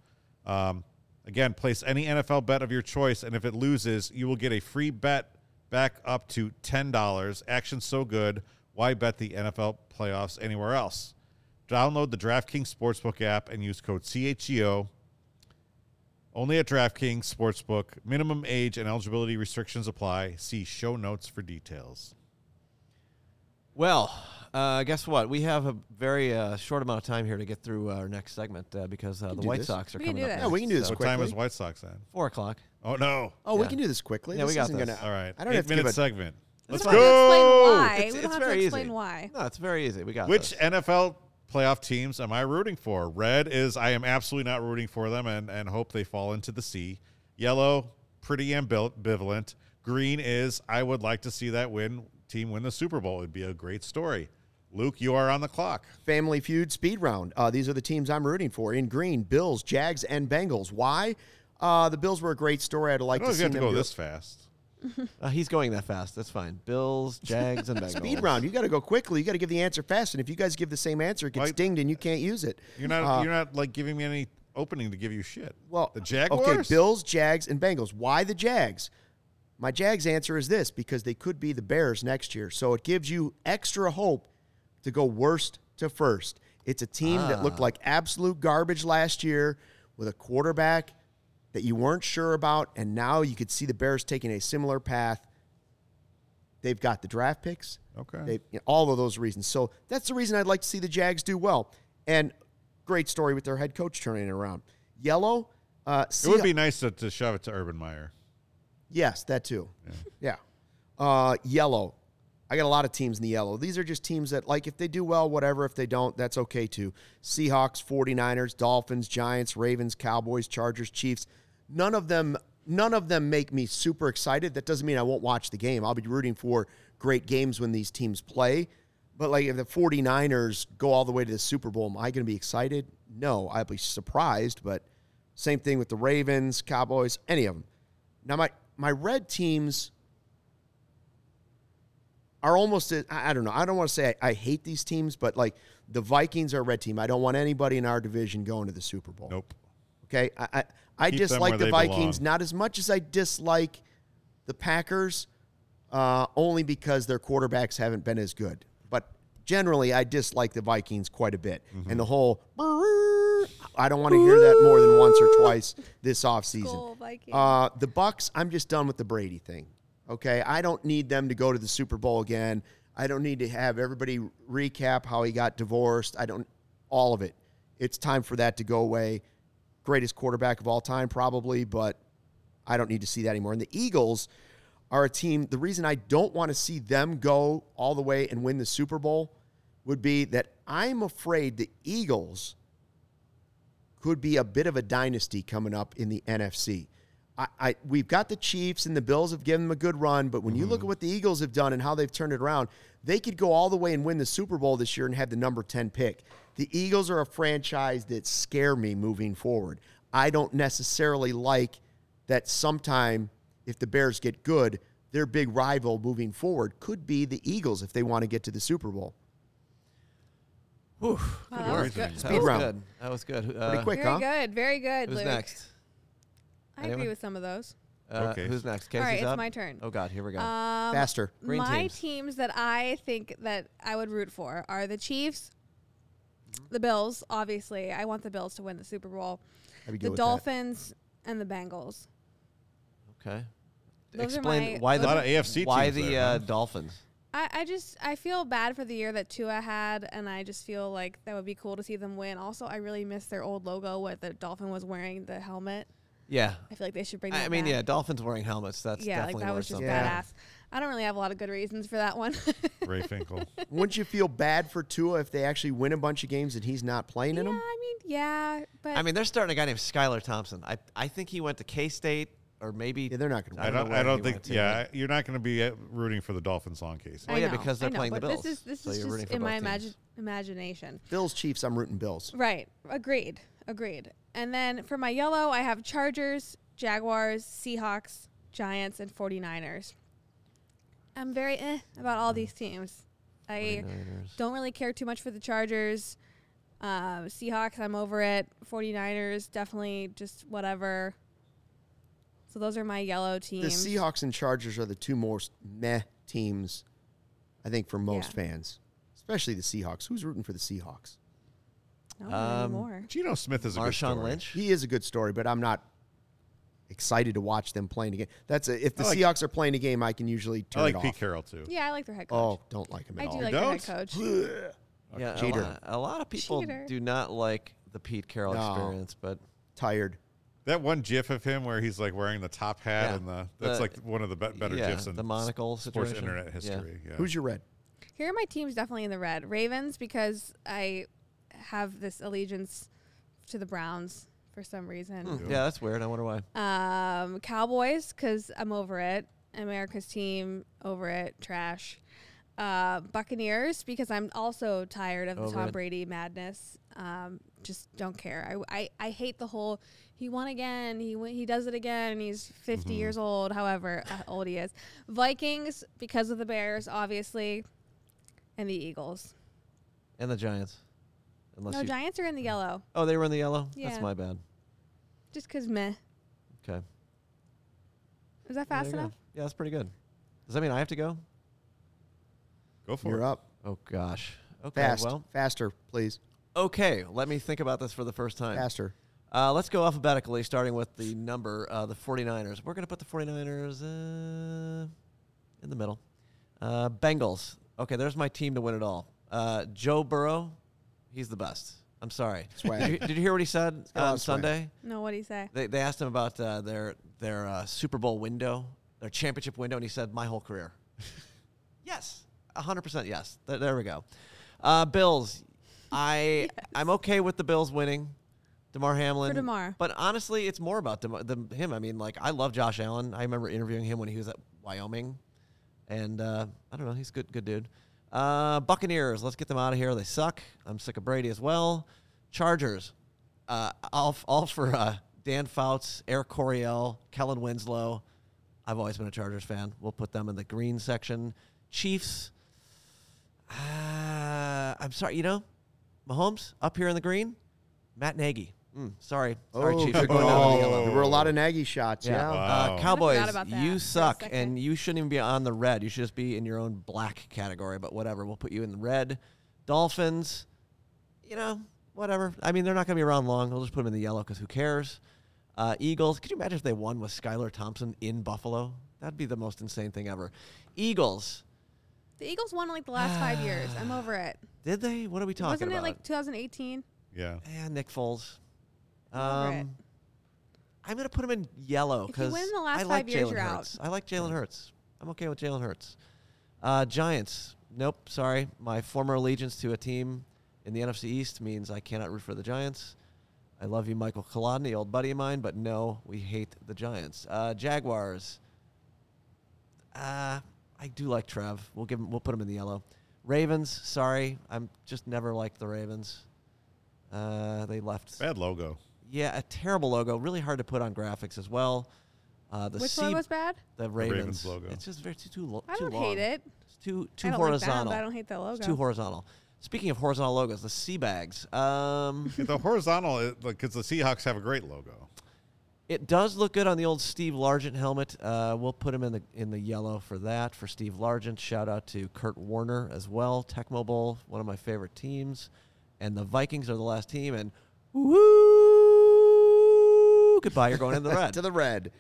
Speaker 2: Um, again, place any NFL bet of your choice, and if it loses, you will get a free bet back up to ten dollars. Action so good, why bet the NFL playoffs anywhere else? E Download the DraftKings Sportsbook app and use code CHEO Only at DraftKings Sportsbook. Minimum age and eligibility restrictions apply. See show notes for details.
Speaker 3: Well, uh, guess what? We have a very uh, short amount of time here to get through our next segment uh, because uh, the
Speaker 5: do
Speaker 3: White
Speaker 5: this.
Speaker 3: Sox are
Speaker 4: We can
Speaker 3: coming
Speaker 4: do
Speaker 3: up.
Speaker 4: that.
Speaker 5: Yeah, we can do this
Speaker 2: what
Speaker 5: quickly.
Speaker 2: time is White Sox at?
Speaker 3: Four o'clock.
Speaker 2: Oh no!
Speaker 5: oh, we
Speaker 3: Yeah.
Speaker 5: can do this quickly.
Speaker 3: Yeah, we
Speaker 5: this
Speaker 3: got
Speaker 5: isn't
Speaker 3: this.
Speaker 5: Gonna,
Speaker 2: All right,
Speaker 5: I don't
Speaker 2: eight
Speaker 5: have to
Speaker 2: minute
Speaker 5: give a-
Speaker 2: segment. Let's
Speaker 4: We don't have
Speaker 2: go.
Speaker 4: to explain why. we don't have
Speaker 3: very
Speaker 4: to explain
Speaker 3: easy.
Speaker 4: why.
Speaker 3: No, it's very easy. We got
Speaker 2: Which
Speaker 3: this.
Speaker 2: NFL playoff teams am I rooting for? Red is I am absolutely not rooting for them and, and hope they fall into the sea. Yellow, pretty ambival- ambivalent. Green is I would like to see that win team win the Super Bowl. It'd be a great story. Luke, you are on the clock.
Speaker 5: Family Feud speed round. Uh, these are the teams I'm rooting for in green: Bills, Jags, and Bengals. Why? Uh, the Bills were a great story. I'd
Speaker 2: I
Speaker 5: like
Speaker 2: don't
Speaker 5: Oh, to
Speaker 2: know if Oh, you
Speaker 5: see
Speaker 2: have to
Speaker 5: them
Speaker 2: go
Speaker 5: do it.
Speaker 2: this fast.
Speaker 3: Uh, he's going that fast. That's fine. Bills, Jags, and Bengals.
Speaker 5: speed round. You got to go quickly. You got to give the answer fast. And if you guys give the same answer, it gets
Speaker 2: Why-
Speaker 5: dinged and you can't use it.
Speaker 2: You're not
Speaker 5: Uh,
Speaker 2: you're not like giving me any opening to give you shit.
Speaker 5: Well,
Speaker 2: the Jaguars.
Speaker 5: Okay, Bills, Jags, and Bengals. Why the Jags? My Jags answer is this because they could be the Bears next year. So it gives you extra hope to go worst to first. It's a team that
Speaker 2: Ah.
Speaker 5: looked like absolute garbage last year with a quarterback that you weren't sure about. And now you could see the Bears taking a similar path. They've got the draft picks.
Speaker 2: Okay.
Speaker 5: They, you know, all of those reasons. So that's the reason I'd like to see the Jags do well. And great story with their head coach turning it around. Yellow. Uh,
Speaker 2: It would be nice to, to shove it to Urban Meyer.
Speaker 5: Yes, that too. Yeah. Uh, yellow. I got a lot of teams in the yellow. These are just teams that, like, if they do well, whatever. If they don't, that's okay too. Seahawks, 49ers, Dolphins, Giants, Ravens, Cowboys, Chargers, Chiefs. None of them. None of them make me super excited. That doesn't mean I won't watch the game. I'll be rooting for great games when these teams play. But like if the 49ers go all the way to the Super Bowl, am I going to be excited? No, I'll be surprised, but same thing with the Ravens, Cowboys, any of them. Now my my red teams are almost I I don't know. I don't want to say I, I hate these teams, but like the Vikings are a red team. I don't want anybody in our division going to the Super Bowl.
Speaker 2: Nope.
Speaker 5: Okay, I I, I
Speaker 2: Keep them
Speaker 5: dislike
Speaker 2: where
Speaker 5: the
Speaker 2: they
Speaker 5: Vikings
Speaker 2: belong.
Speaker 5: not as much as I dislike the Packers, uh, only because their quarterbacks haven't been as good. But generally, I dislike the Vikings quite a bit, and the whole. "Brrrr," I don't want to hear that more than once or twice this
Speaker 4: Skull
Speaker 5: offseason.
Speaker 4: Vikings.
Speaker 5: Uh, the Bucks, I'm just done with the Brady thing. Okay, I don't need them to go to the Super Bowl again. I don't need to have everybody recap how he got divorced. I don't all of it. It's time for that to go away. Greatest quarterback of all time, probably, but I don't need to see that anymore. And the Eagles are a team. The reason I don't want to see them go all the way and win the Super Bowl would be that I'm afraid the Eagles could be a bit of a dynasty coming up in the NFC. I, I we've got the Chiefs and the Bills have given them a good run, but when you look at what the Eagles have done and how they've turned it around, they could go all the way and win the Super Bowl this year and have the number 10 pick. The Eagles are a franchise that scare me moving forward. I don't necessarily like that sometime if the Bears get good, their big rival moving forward could be the Eagles if they want to get to the Super Bowl.
Speaker 4: Wow, that was good.
Speaker 3: That was
Speaker 5: round.
Speaker 3: good. That was good. Uh,
Speaker 5: Pretty quick,
Speaker 4: Very
Speaker 5: huh?
Speaker 4: good. Very good,
Speaker 3: Who's
Speaker 4: Luke.
Speaker 3: next?
Speaker 4: I agree
Speaker 3: Anyone?
Speaker 4: with some of those.
Speaker 3: Uh,
Speaker 2: Okay.
Speaker 3: Who's next? Casey's
Speaker 4: All right, it's
Speaker 3: up?
Speaker 4: my turn.
Speaker 3: Oh God, here we go.
Speaker 4: Um,
Speaker 5: Faster.
Speaker 3: Green
Speaker 4: my
Speaker 3: teams.
Speaker 4: teams. that I think that I would root for are the Chiefs, the Bills. Obviously, I want the Bills to win the Super Bowl.
Speaker 5: I'd be good
Speaker 4: The
Speaker 5: with that.
Speaker 4: Dolphins and the Bengals.
Speaker 3: okay.
Speaker 4: Those are
Speaker 3: Explain
Speaker 4: my-
Speaker 3: why
Speaker 4: those
Speaker 3: the
Speaker 4: are-
Speaker 2: A lot of AFC
Speaker 3: why
Speaker 2: teams
Speaker 3: the
Speaker 2: there,
Speaker 3: uh,
Speaker 2: huh?
Speaker 3: Dolphins.
Speaker 4: I, I just I feel bad for the year that Tua had, and I just feel like that would be cool to see them win. Also, I really miss their old logo where the dolphin was wearing the helmet.
Speaker 3: Yeah.
Speaker 4: I feel like they should bring. That
Speaker 3: I mean,
Speaker 4: back.
Speaker 3: yeah, Dolphins wearing helmets. That's
Speaker 4: yeah, like
Speaker 3: definitely
Speaker 4: that
Speaker 3: worth
Speaker 4: was just
Speaker 3: something.
Speaker 5: Yeah.
Speaker 4: badass. I don't really have a lot of good reasons for that one.
Speaker 2: Ray Finkel.
Speaker 5: Wouldn't you feel bad for Tua if they actually win a bunch of games and he's not playing in
Speaker 4: Yeah,
Speaker 5: them?
Speaker 4: I mean, yeah, but
Speaker 3: I mean, they're starting a guy named Skylar Thompson. I I think he went to K State or maybe.
Speaker 5: Yeah, they're not going to
Speaker 2: I
Speaker 5: win.
Speaker 3: know
Speaker 2: don't.
Speaker 3: where
Speaker 2: I don't
Speaker 3: he
Speaker 2: think.
Speaker 3: went to,
Speaker 2: Yeah, you're not going to be uh, rooting for the Dolphins long case.
Speaker 3: Well,
Speaker 4: I
Speaker 3: yeah,
Speaker 4: know,
Speaker 3: because they're
Speaker 4: I know,
Speaker 3: playing the
Speaker 4: but
Speaker 3: Bills.
Speaker 4: This is this
Speaker 3: so
Speaker 4: is
Speaker 3: you're
Speaker 4: just
Speaker 3: rooting for
Speaker 4: in my
Speaker 3: both
Speaker 4: imagine
Speaker 3: teams.
Speaker 4: imagination.
Speaker 5: Bills, Chiefs. I'm rooting Bills.
Speaker 4: Right. Agreed. Agreed. And then for my yellow, I have Chargers, Jaguars, Seahawks, Giants, and 49ers. I'm very eh about all these teams. I
Speaker 3: 49ers.
Speaker 4: don't really care too much for the Chargers. Uh, Seahawks, I'm over it. 49ers, definitely just whatever. So those are my yellow
Speaker 5: The
Speaker 4: teams.
Speaker 5: Seahawks and Chargers are the two most meh teams, I think, for most
Speaker 4: Yeah.
Speaker 5: fans, especially the Seahawks. Who's rooting for the Seahawks?
Speaker 4: No,
Speaker 3: Um,
Speaker 4: not anymore.
Speaker 2: Geno Smith is a good
Speaker 3: Marshawn
Speaker 2: story.
Speaker 3: Lynch.
Speaker 5: He is a good story, but I'm not excited to watch them playing again. That's a, if the
Speaker 2: I like-
Speaker 5: Seahawks are playing a game, I can usually turn
Speaker 2: I like
Speaker 5: it
Speaker 2: Pete
Speaker 5: off.
Speaker 2: Carroll too.
Speaker 4: Yeah, I like their head coach.
Speaker 5: Oh, don't like him at
Speaker 4: I do
Speaker 5: all.
Speaker 4: like their head
Speaker 2: don't?
Speaker 4: coach.
Speaker 3: Yeah,
Speaker 5: Cheater.
Speaker 3: A, lot, a lot of people
Speaker 4: Cheater.
Speaker 3: do not like the Pete Carroll
Speaker 5: No.
Speaker 3: experience, but
Speaker 5: Tired.
Speaker 2: That one GIF of him where he's like wearing the top hat
Speaker 3: Yeah.
Speaker 2: and the that's
Speaker 3: The-
Speaker 2: like one of the be- better
Speaker 3: yeah,
Speaker 2: GIFs in
Speaker 3: the monocle
Speaker 2: sports
Speaker 3: situation.
Speaker 2: internet
Speaker 3: Yeah.
Speaker 2: history. Yeah.
Speaker 5: Who's your red?
Speaker 4: Here are my teams definitely in the red. Ravens because I have this allegiance to the Browns for some reason.
Speaker 3: yeah, that's weird. I wonder why.
Speaker 4: Um, Cowboys because I'm over it. America's team over it. Trash. Uh, Buccaneers because I'm also tired of the
Speaker 3: Over
Speaker 4: Tom
Speaker 3: it.
Speaker 4: Brady madness. Um, just don't care. I, I, I hate the whole he won again. He win, he does it again. He's 50
Speaker 3: Mm-hmm.
Speaker 4: years old. However uh, old he is. Vikings because of the Bears obviously, and the Eagles.
Speaker 3: And the Giants. Unless
Speaker 4: No,
Speaker 3: you,
Speaker 4: Giants are in the yellow.
Speaker 3: Oh, they were in the yellow?
Speaker 4: Yeah.
Speaker 3: That's my bad.
Speaker 4: Just 'cause meh.
Speaker 3: Okay.
Speaker 4: Is that
Speaker 3: There
Speaker 4: fast
Speaker 3: you go.
Speaker 4: enough?
Speaker 3: Yeah, that's pretty good. Does that mean I have to go?
Speaker 2: Go for
Speaker 5: You're
Speaker 2: it.
Speaker 5: up.
Speaker 3: Oh gosh. Okay.
Speaker 5: Fast.
Speaker 3: Well.
Speaker 5: Faster, please.
Speaker 3: Okay. Let me think about this for the first time.
Speaker 5: Faster.
Speaker 3: Uh, let's go alphabetically, starting with the number, uh, the 49ers. We're going to put the 49ers uh, in the middle. Uh, Bengals. Okay, there's my team to win it all. Uh, Joe Burrow, he's the best. I'm sorry.
Speaker 5: Swag.
Speaker 3: Did you, did you hear what he said
Speaker 5: a lot
Speaker 3: on
Speaker 5: of swag.
Speaker 3: Sunday?
Speaker 4: No, what do you say?
Speaker 3: They, they asked him about uh, their their uh, Super Bowl window, their championship window, and he said, "My whole career." yes, hundred percent. Yes. Th- there we go. Uh, Bills. I I'm okay with the Bills winning. Demar Hamlin.
Speaker 4: Damar.
Speaker 3: But honestly, it's more about Demar, the, him. I mean, like I love Josh Allen. I remember interviewing him when he was at Wyoming, and uh, I don't know, he's a good good dude. Uh, Buccaneers. Let's get them out of here. They suck. I'm sick of Brady as well. Chargers uh, all, all for uh, Dan Fouts, Eric Coryell, Kellen Winslow. I've always been a Chargers fan. We'll put them in the green section. Chiefs. Uh, I'm sorry, you know, Mahomes up here in the green. Matt Nagy. Mm, sorry, sorry,
Speaker 5: Oh,
Speaker 3: Chiefs. You're going down to the yellow.
Speaker 5: There were a lot of Nagy shots. Yeah.
Speaker 3: Yeah.
Speaker 2: Wow.
Speaker 3: Uh, Cowboys,
Speaker 4: forgot about that for
Speaker 3: you
Speaker 4: a
Speaker 3: suck,
Speaker 4: second.
Speaker 3: and you shouldn't even be on the red. You should just be in your own black category, but whatever. We'll put you in the red. Dolphins, you know, whatever. I mean, they're not going to be around long. We'll just put them in the yellow because who cares? Uh, Eagles, could you imagine if they won with Skylar Thompson in Buffalo? That'd be the most insane thing ever. Eagles,
Speaker 4: The Eagles won like the last five years. I'm over it.
Speaker 3: did they? What are we talking
Speaker 4: Wasn't
Speaker 3: about?
Speaker 4: it like 2018?
Speaker 2: Yeah.
Speaker 3: yeah, Eh, Nick Foles.
Speaker 4: over it.
Speaker 3: Um, I'm gonna put him in yellow
Speaker 4: If you
Speaker 3: because
Speaker 4: win the last
Speaker 3: I like
Speaker 4: five years,
Speaker 3: Jalen
Speaker 4: you're out.
Speaker 3: Hurts. I like Jalen Hurts. I'm okay with Jalen Hurts. Uh, Giants. Nope. Sorry, my former allegiance to a team in the NFC East means I cannot root for the Giants. I love you, Michael Kalodny, old buddy of mine, but no, we hate the Giants. Uh, Jaguars. Uh, I do like Trev. We'll give him. We'll put him in the yellow. Ravens. Sorry, I'm just never liked the Ravens. Uh, they left.
Speaker 2: Bad logo.
Speaker 3: Yeah, a terrible logo. Really hard to put on graphics as well. Uh, the
Speaker 4: Which
Speaker 3: C-
Speaker 4: one was bad?
Speaker 3: The Ravens.
Speaker 2: Ravens logo.
Speaker 3: It's just very too too, lo-
Speaker 4: I
Speaker 3: too
Speaker 4: don't
Speaker 3: long.
Speaker 4: hate it.
Speaker 3: It's too too
Speaker 4: I don't like that,
Speaker 3: horizontal.
Speaker 4: but I don't hate that logo.
Speaker 3: It's too horizontal. Speaking of horizontal logos, the sea bags. Um,
Speaker 2: the horizontal, because the Seahawks have a great logo.
Speaker 3: it does look good on the old Steve Largent helmet. Uh, we'll put him in the in the yellow for that for Steve Largent. Shout out to Kurt Warner as well. Tecmo Bowl, one of my favorite teams, and the Vikings are the last team. And woo, goodbye. You're going in the red.
Speaker 5: to the red.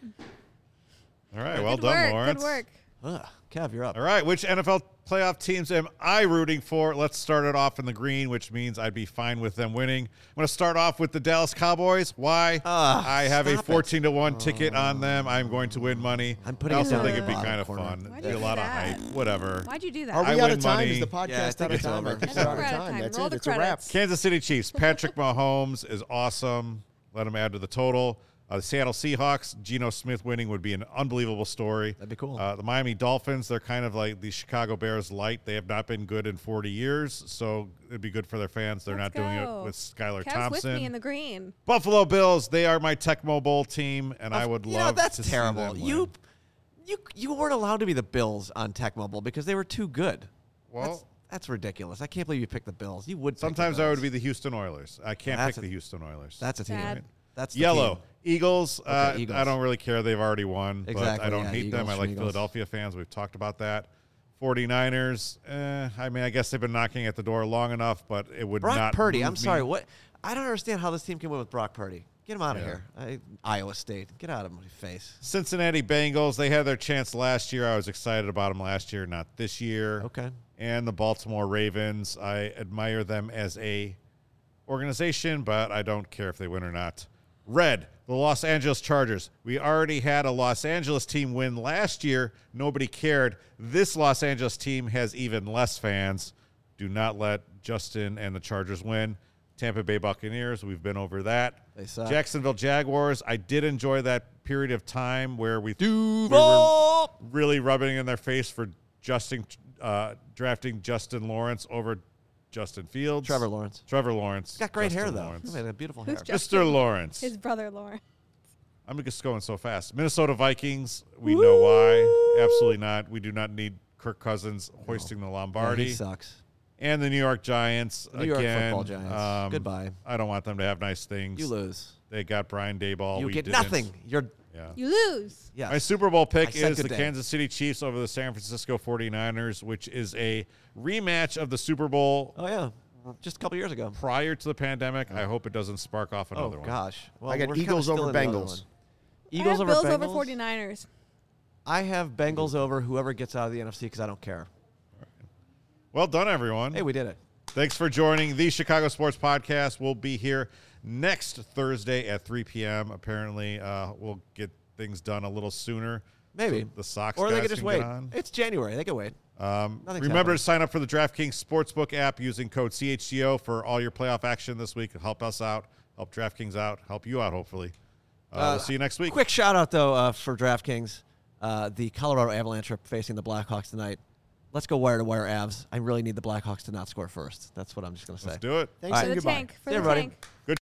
Speaker 2: All right.
Speaker 4: Good
Speaker 2: Well
Speaker 4: work,
Speaker 2: done, Lawrence.
Speaker 4: Good work.
Speaker 3: Ugh, Kev, you're up.
Speaker 2: All right, which NFL playoff teams am I rooting for? Let's start it off in the green, which means I'd be fine with them winning. I'm going to start off with the Dallas Cowboys. Why?
Speaker 3: Ah,
Speaker 2: I have a
Speaker 3: stop it. Oh.
Speaker 2: 14 to 1 ticket on them. I'm going to win money.
Speaker 3: I'm putting
Speaker 2: I
Speaker 3: it
Speaker 2: also
Speaker 3: down
Speaker 2: think it'd
Speaker 3: in the
Speaker 2: be
Speaker 3: bottom
Speaker 2: kind of
Speaker 3: corner.
Speaker 2: fun.
Speaker 4: Why'd you
Speaker 2: Thered
Speaker 4: do
Speaker 2: a lot
Speaker 4: that?
Speaker 2: of hype. Whatever.
Speaker 4: Why'd you do that?
Speaker 5: Are
Speaker 2: I
Speaker 5: we out
Speaker 2: win
Speaker 5: of time?
Speaker 2: money.
Speaker 5: Is the
Speaker 2: Yeah,
Speaker 3: I
Speaker 5: podcast out
Speaker 3: think
Speaker 5: of
Speaker 3: it's
Speaker 5: time? I
Speaker 3: over.
Speaker 5: think
Speaker 3: I
Speaker 5: we're
Speaker 3: think
Speaker 5: out
Speaker 3: we're
Speaker 5: of
Speaker 4: out of
Speaker 5: time.
Speaker 4: time.
Speaker 5: That's
Speaker 4: Roll
Speaker 5: it.
Speaker 4: the
Speaker 5: It's a wrap.
Speaker 4: credits.
Speaker 2: Kansas City Chiefs. Patrick Mahomes is awesome. Let him add to the total. Uh, the Seattle Seahawks. Geno Smith winning would be an unbelievable story.
Speaker 3: That'd be cool.
Speaker 2: Uh, the Miami Dolphins. They're kind of like the Chicago Bears light. They have not been good in 40 years, so it'd be good for their fans. They're
Speaker 4: Let's
Speaker 2: not doing
Speaker 4: go.
Speaker 2: it with Skylar
Speaker 4: Kev's
Speaker 2: Thompson.
Speaker 4: with me in the green.
Speaker 2: Buffalo Bills. They are my Tecmo Bowl team, and I would
Speaker 3: you
Speaker 2: love.
Speaker 3: Know, that's
Speaker 2: to see
Speaker 3: terrible.
Speaker 2: them win.
Speaker 3: You, you, you weren't allowed to be the Bills on Tech Mobile because they were too good.
Speaker 2: Well-
Speaker 3: that's, that's ridiculous. I can't believe you picked the Bills. You would. pick the
Speaker 2: Sometimes I
Speaker 3: Bills.
Speaker 2: would be the Houston Oilers. I can't
Speaker 3: That's
Speaker 2: pick
Speaker 3: a-
Speaker 2: the Houston Oilers.
Speaker 3: That's a team.
Speaker 4: Bad.
Speaker 3: That's the
Speaker 2: Yellow
Speaker 3: team.
Speaker 2: Eagles, uh,
Speaker 3: Eagles.
Speaker 2: I don't really care. They've already won, but I
Speaker 3: Exactly,
Speaker 2: don't
Speaker 3: yeah,
Speaker 2: hate them.
Speaker 3: Eagles
Speaker 2: I
Speaker 3: from
Speaker 2: like
Speaker 3: Eagles.
Speaker 2: Philadelphia fans. We've talked about that. 49ers. Eh, I mean, I guess they've been knocking at the door long enough, but it would
Speaker 3: Brock
Speaker 2: not.
Speaker 3: Purdy.
Speaker 2: move
Speaker 3: I'm
Speaker 2: me.
Speaker 3: sorry. What? I don't understand how this team can win with Brock Purdy. Get him out of here. I, Iowa State. Get out of my face.
Speaker 2: Cincinnati Bengals, they had their chance last year. I was excited about them last year, not this year.
Speaker 3: Okay.
Speaker 2: And the Baltimore Ravens, I admire them as a organization, but I don't care if they win or not. Red, the Los Angeles Chargers. We already had a Los Angeles team win last year. Nobody cared. This Los Angeles team has even less fans. Do not let Justin and the Chargers win. Tampa Bay Buccaneers, we've been over that.
Speaker 3: They suck.
Speaker 2: Jacksonville Jaguars, I did enjoy that period of time where we, we were
Speaker 3: Duval!
Speaker 2: really rubbing in their face for Justin uh, drafting Justin Lawrence over Justin Fields.
Speaker 3: Trevor Lawrence.
Speaker 2: Trevor Lawrence.
Speaker 3: He's got great
Speaker 2: Justin
Speaker 3: hair though.
Speaker 2: Lawrence.
Speaker 3: He had a beautiful hair.
Speaker 2: Mr. Lawrence.
Speaker 4: His brother Lauren.
Speaker 2: I'm just going so fast. Minnesota Vikings. We know why. Absolutely not. We do not need Kirk Cousins hoisting the
Speaker 3: Yeah,
Speaker 2: Lombardi.
Speaker 3: he sucks.
Speaker 2: and the New York Giants.
Speaker 3: New York
Speaker 2: again. um,
Speaker 3: football Giants. Goodbye.
Speaker 2: I don't want them to have nice things.
Speaker 3: You lose.
Speaker 2: They got Brian Dayball.
Speaker 3: you
Speaker 2: we
Speaker 3: get
Speaker 2: didn't.
Speaker 3: nothing. You're
Speaker 2: Yeah.
Speaker 4: You lose.
Speaker 3: yes.
Speaker 2: My Super Bowl
Speaker 3: I
Speaker 2: pick
Speaker 3: said
Speaker 2: is
Speaker 3: good
Speaker 2: the
Speaker 3: day.
Speaker 2: Kansas City Chiefs over the San Francisco 49ers, which is a rematch of the Super Bowl
Speaker 3: oh yeah. Just a couple years ago.
Speaker 2: prior to the pandemic. I hope it doesn't spark off
Speaker 3: Oh
Speaker 2: another one.
Speaker 3: gosh. Well,
Speaker 5: I got
Speaker 3: we're kinda
Speaker 5: Eagles
Speaker 3: still
Speaker 5: over
Speaker 3: in the other
Speaker 5: Bengals.
Speaker 3: one.
Speaker 4: I
Speaker 3: Eagles
Speaker 4: have
Speaker 3: over
Speaker 4: Bills
Speaker 3: Bengals.
Speaker 4: over 49ers.
Speaker 3: I have Bengals over whoever gets out of the NFC because I don't care.
Speaker 2: Well done, everyone.
Speaker 3: Hey, we did it.
Speaker 2: Thanks for joining the Chicago Sports Podcast. We'll be here next Thursday at 3 p.m. Apparently, uh, we'll get things done a little sooner.
Speaker 3: Maybe
Speaker 2: So the Sox
Speaker 3: or they
Speaker 2: guys
Speaker 3: could just
Speaker 2: can
Speaker 3: wait.
Speaker 2: Get on.
Speaker 3: It's January. They can wait. Um,
Speaker 2: Remember to sign up for the DraftKings Sportsbook app using code CHGO for all your playoff action this week. Help us out, help DraftKings out, help you out, hopefully. Uh, we'll see you next week.
Speaker 3: Quick shout out though uh, for DraftKings. Uh, the Colorado Avalanche are facing the Blackhawks tonight. Let's go wire to wire Avs. I really need the Blackhawks to not score first. That's what I'm just gonna say.
Speaker 2: Let's do it.
Speaker 5: Thanks
Speaker 4: For
Speaker 5: and
Speaker 4: the
Speaker 5: goodbye.
Speaker 4: tank. For
Speaker 3: See ya,
Speaker 4: the
Speaker 3: buddy.
Speaker 4: tank.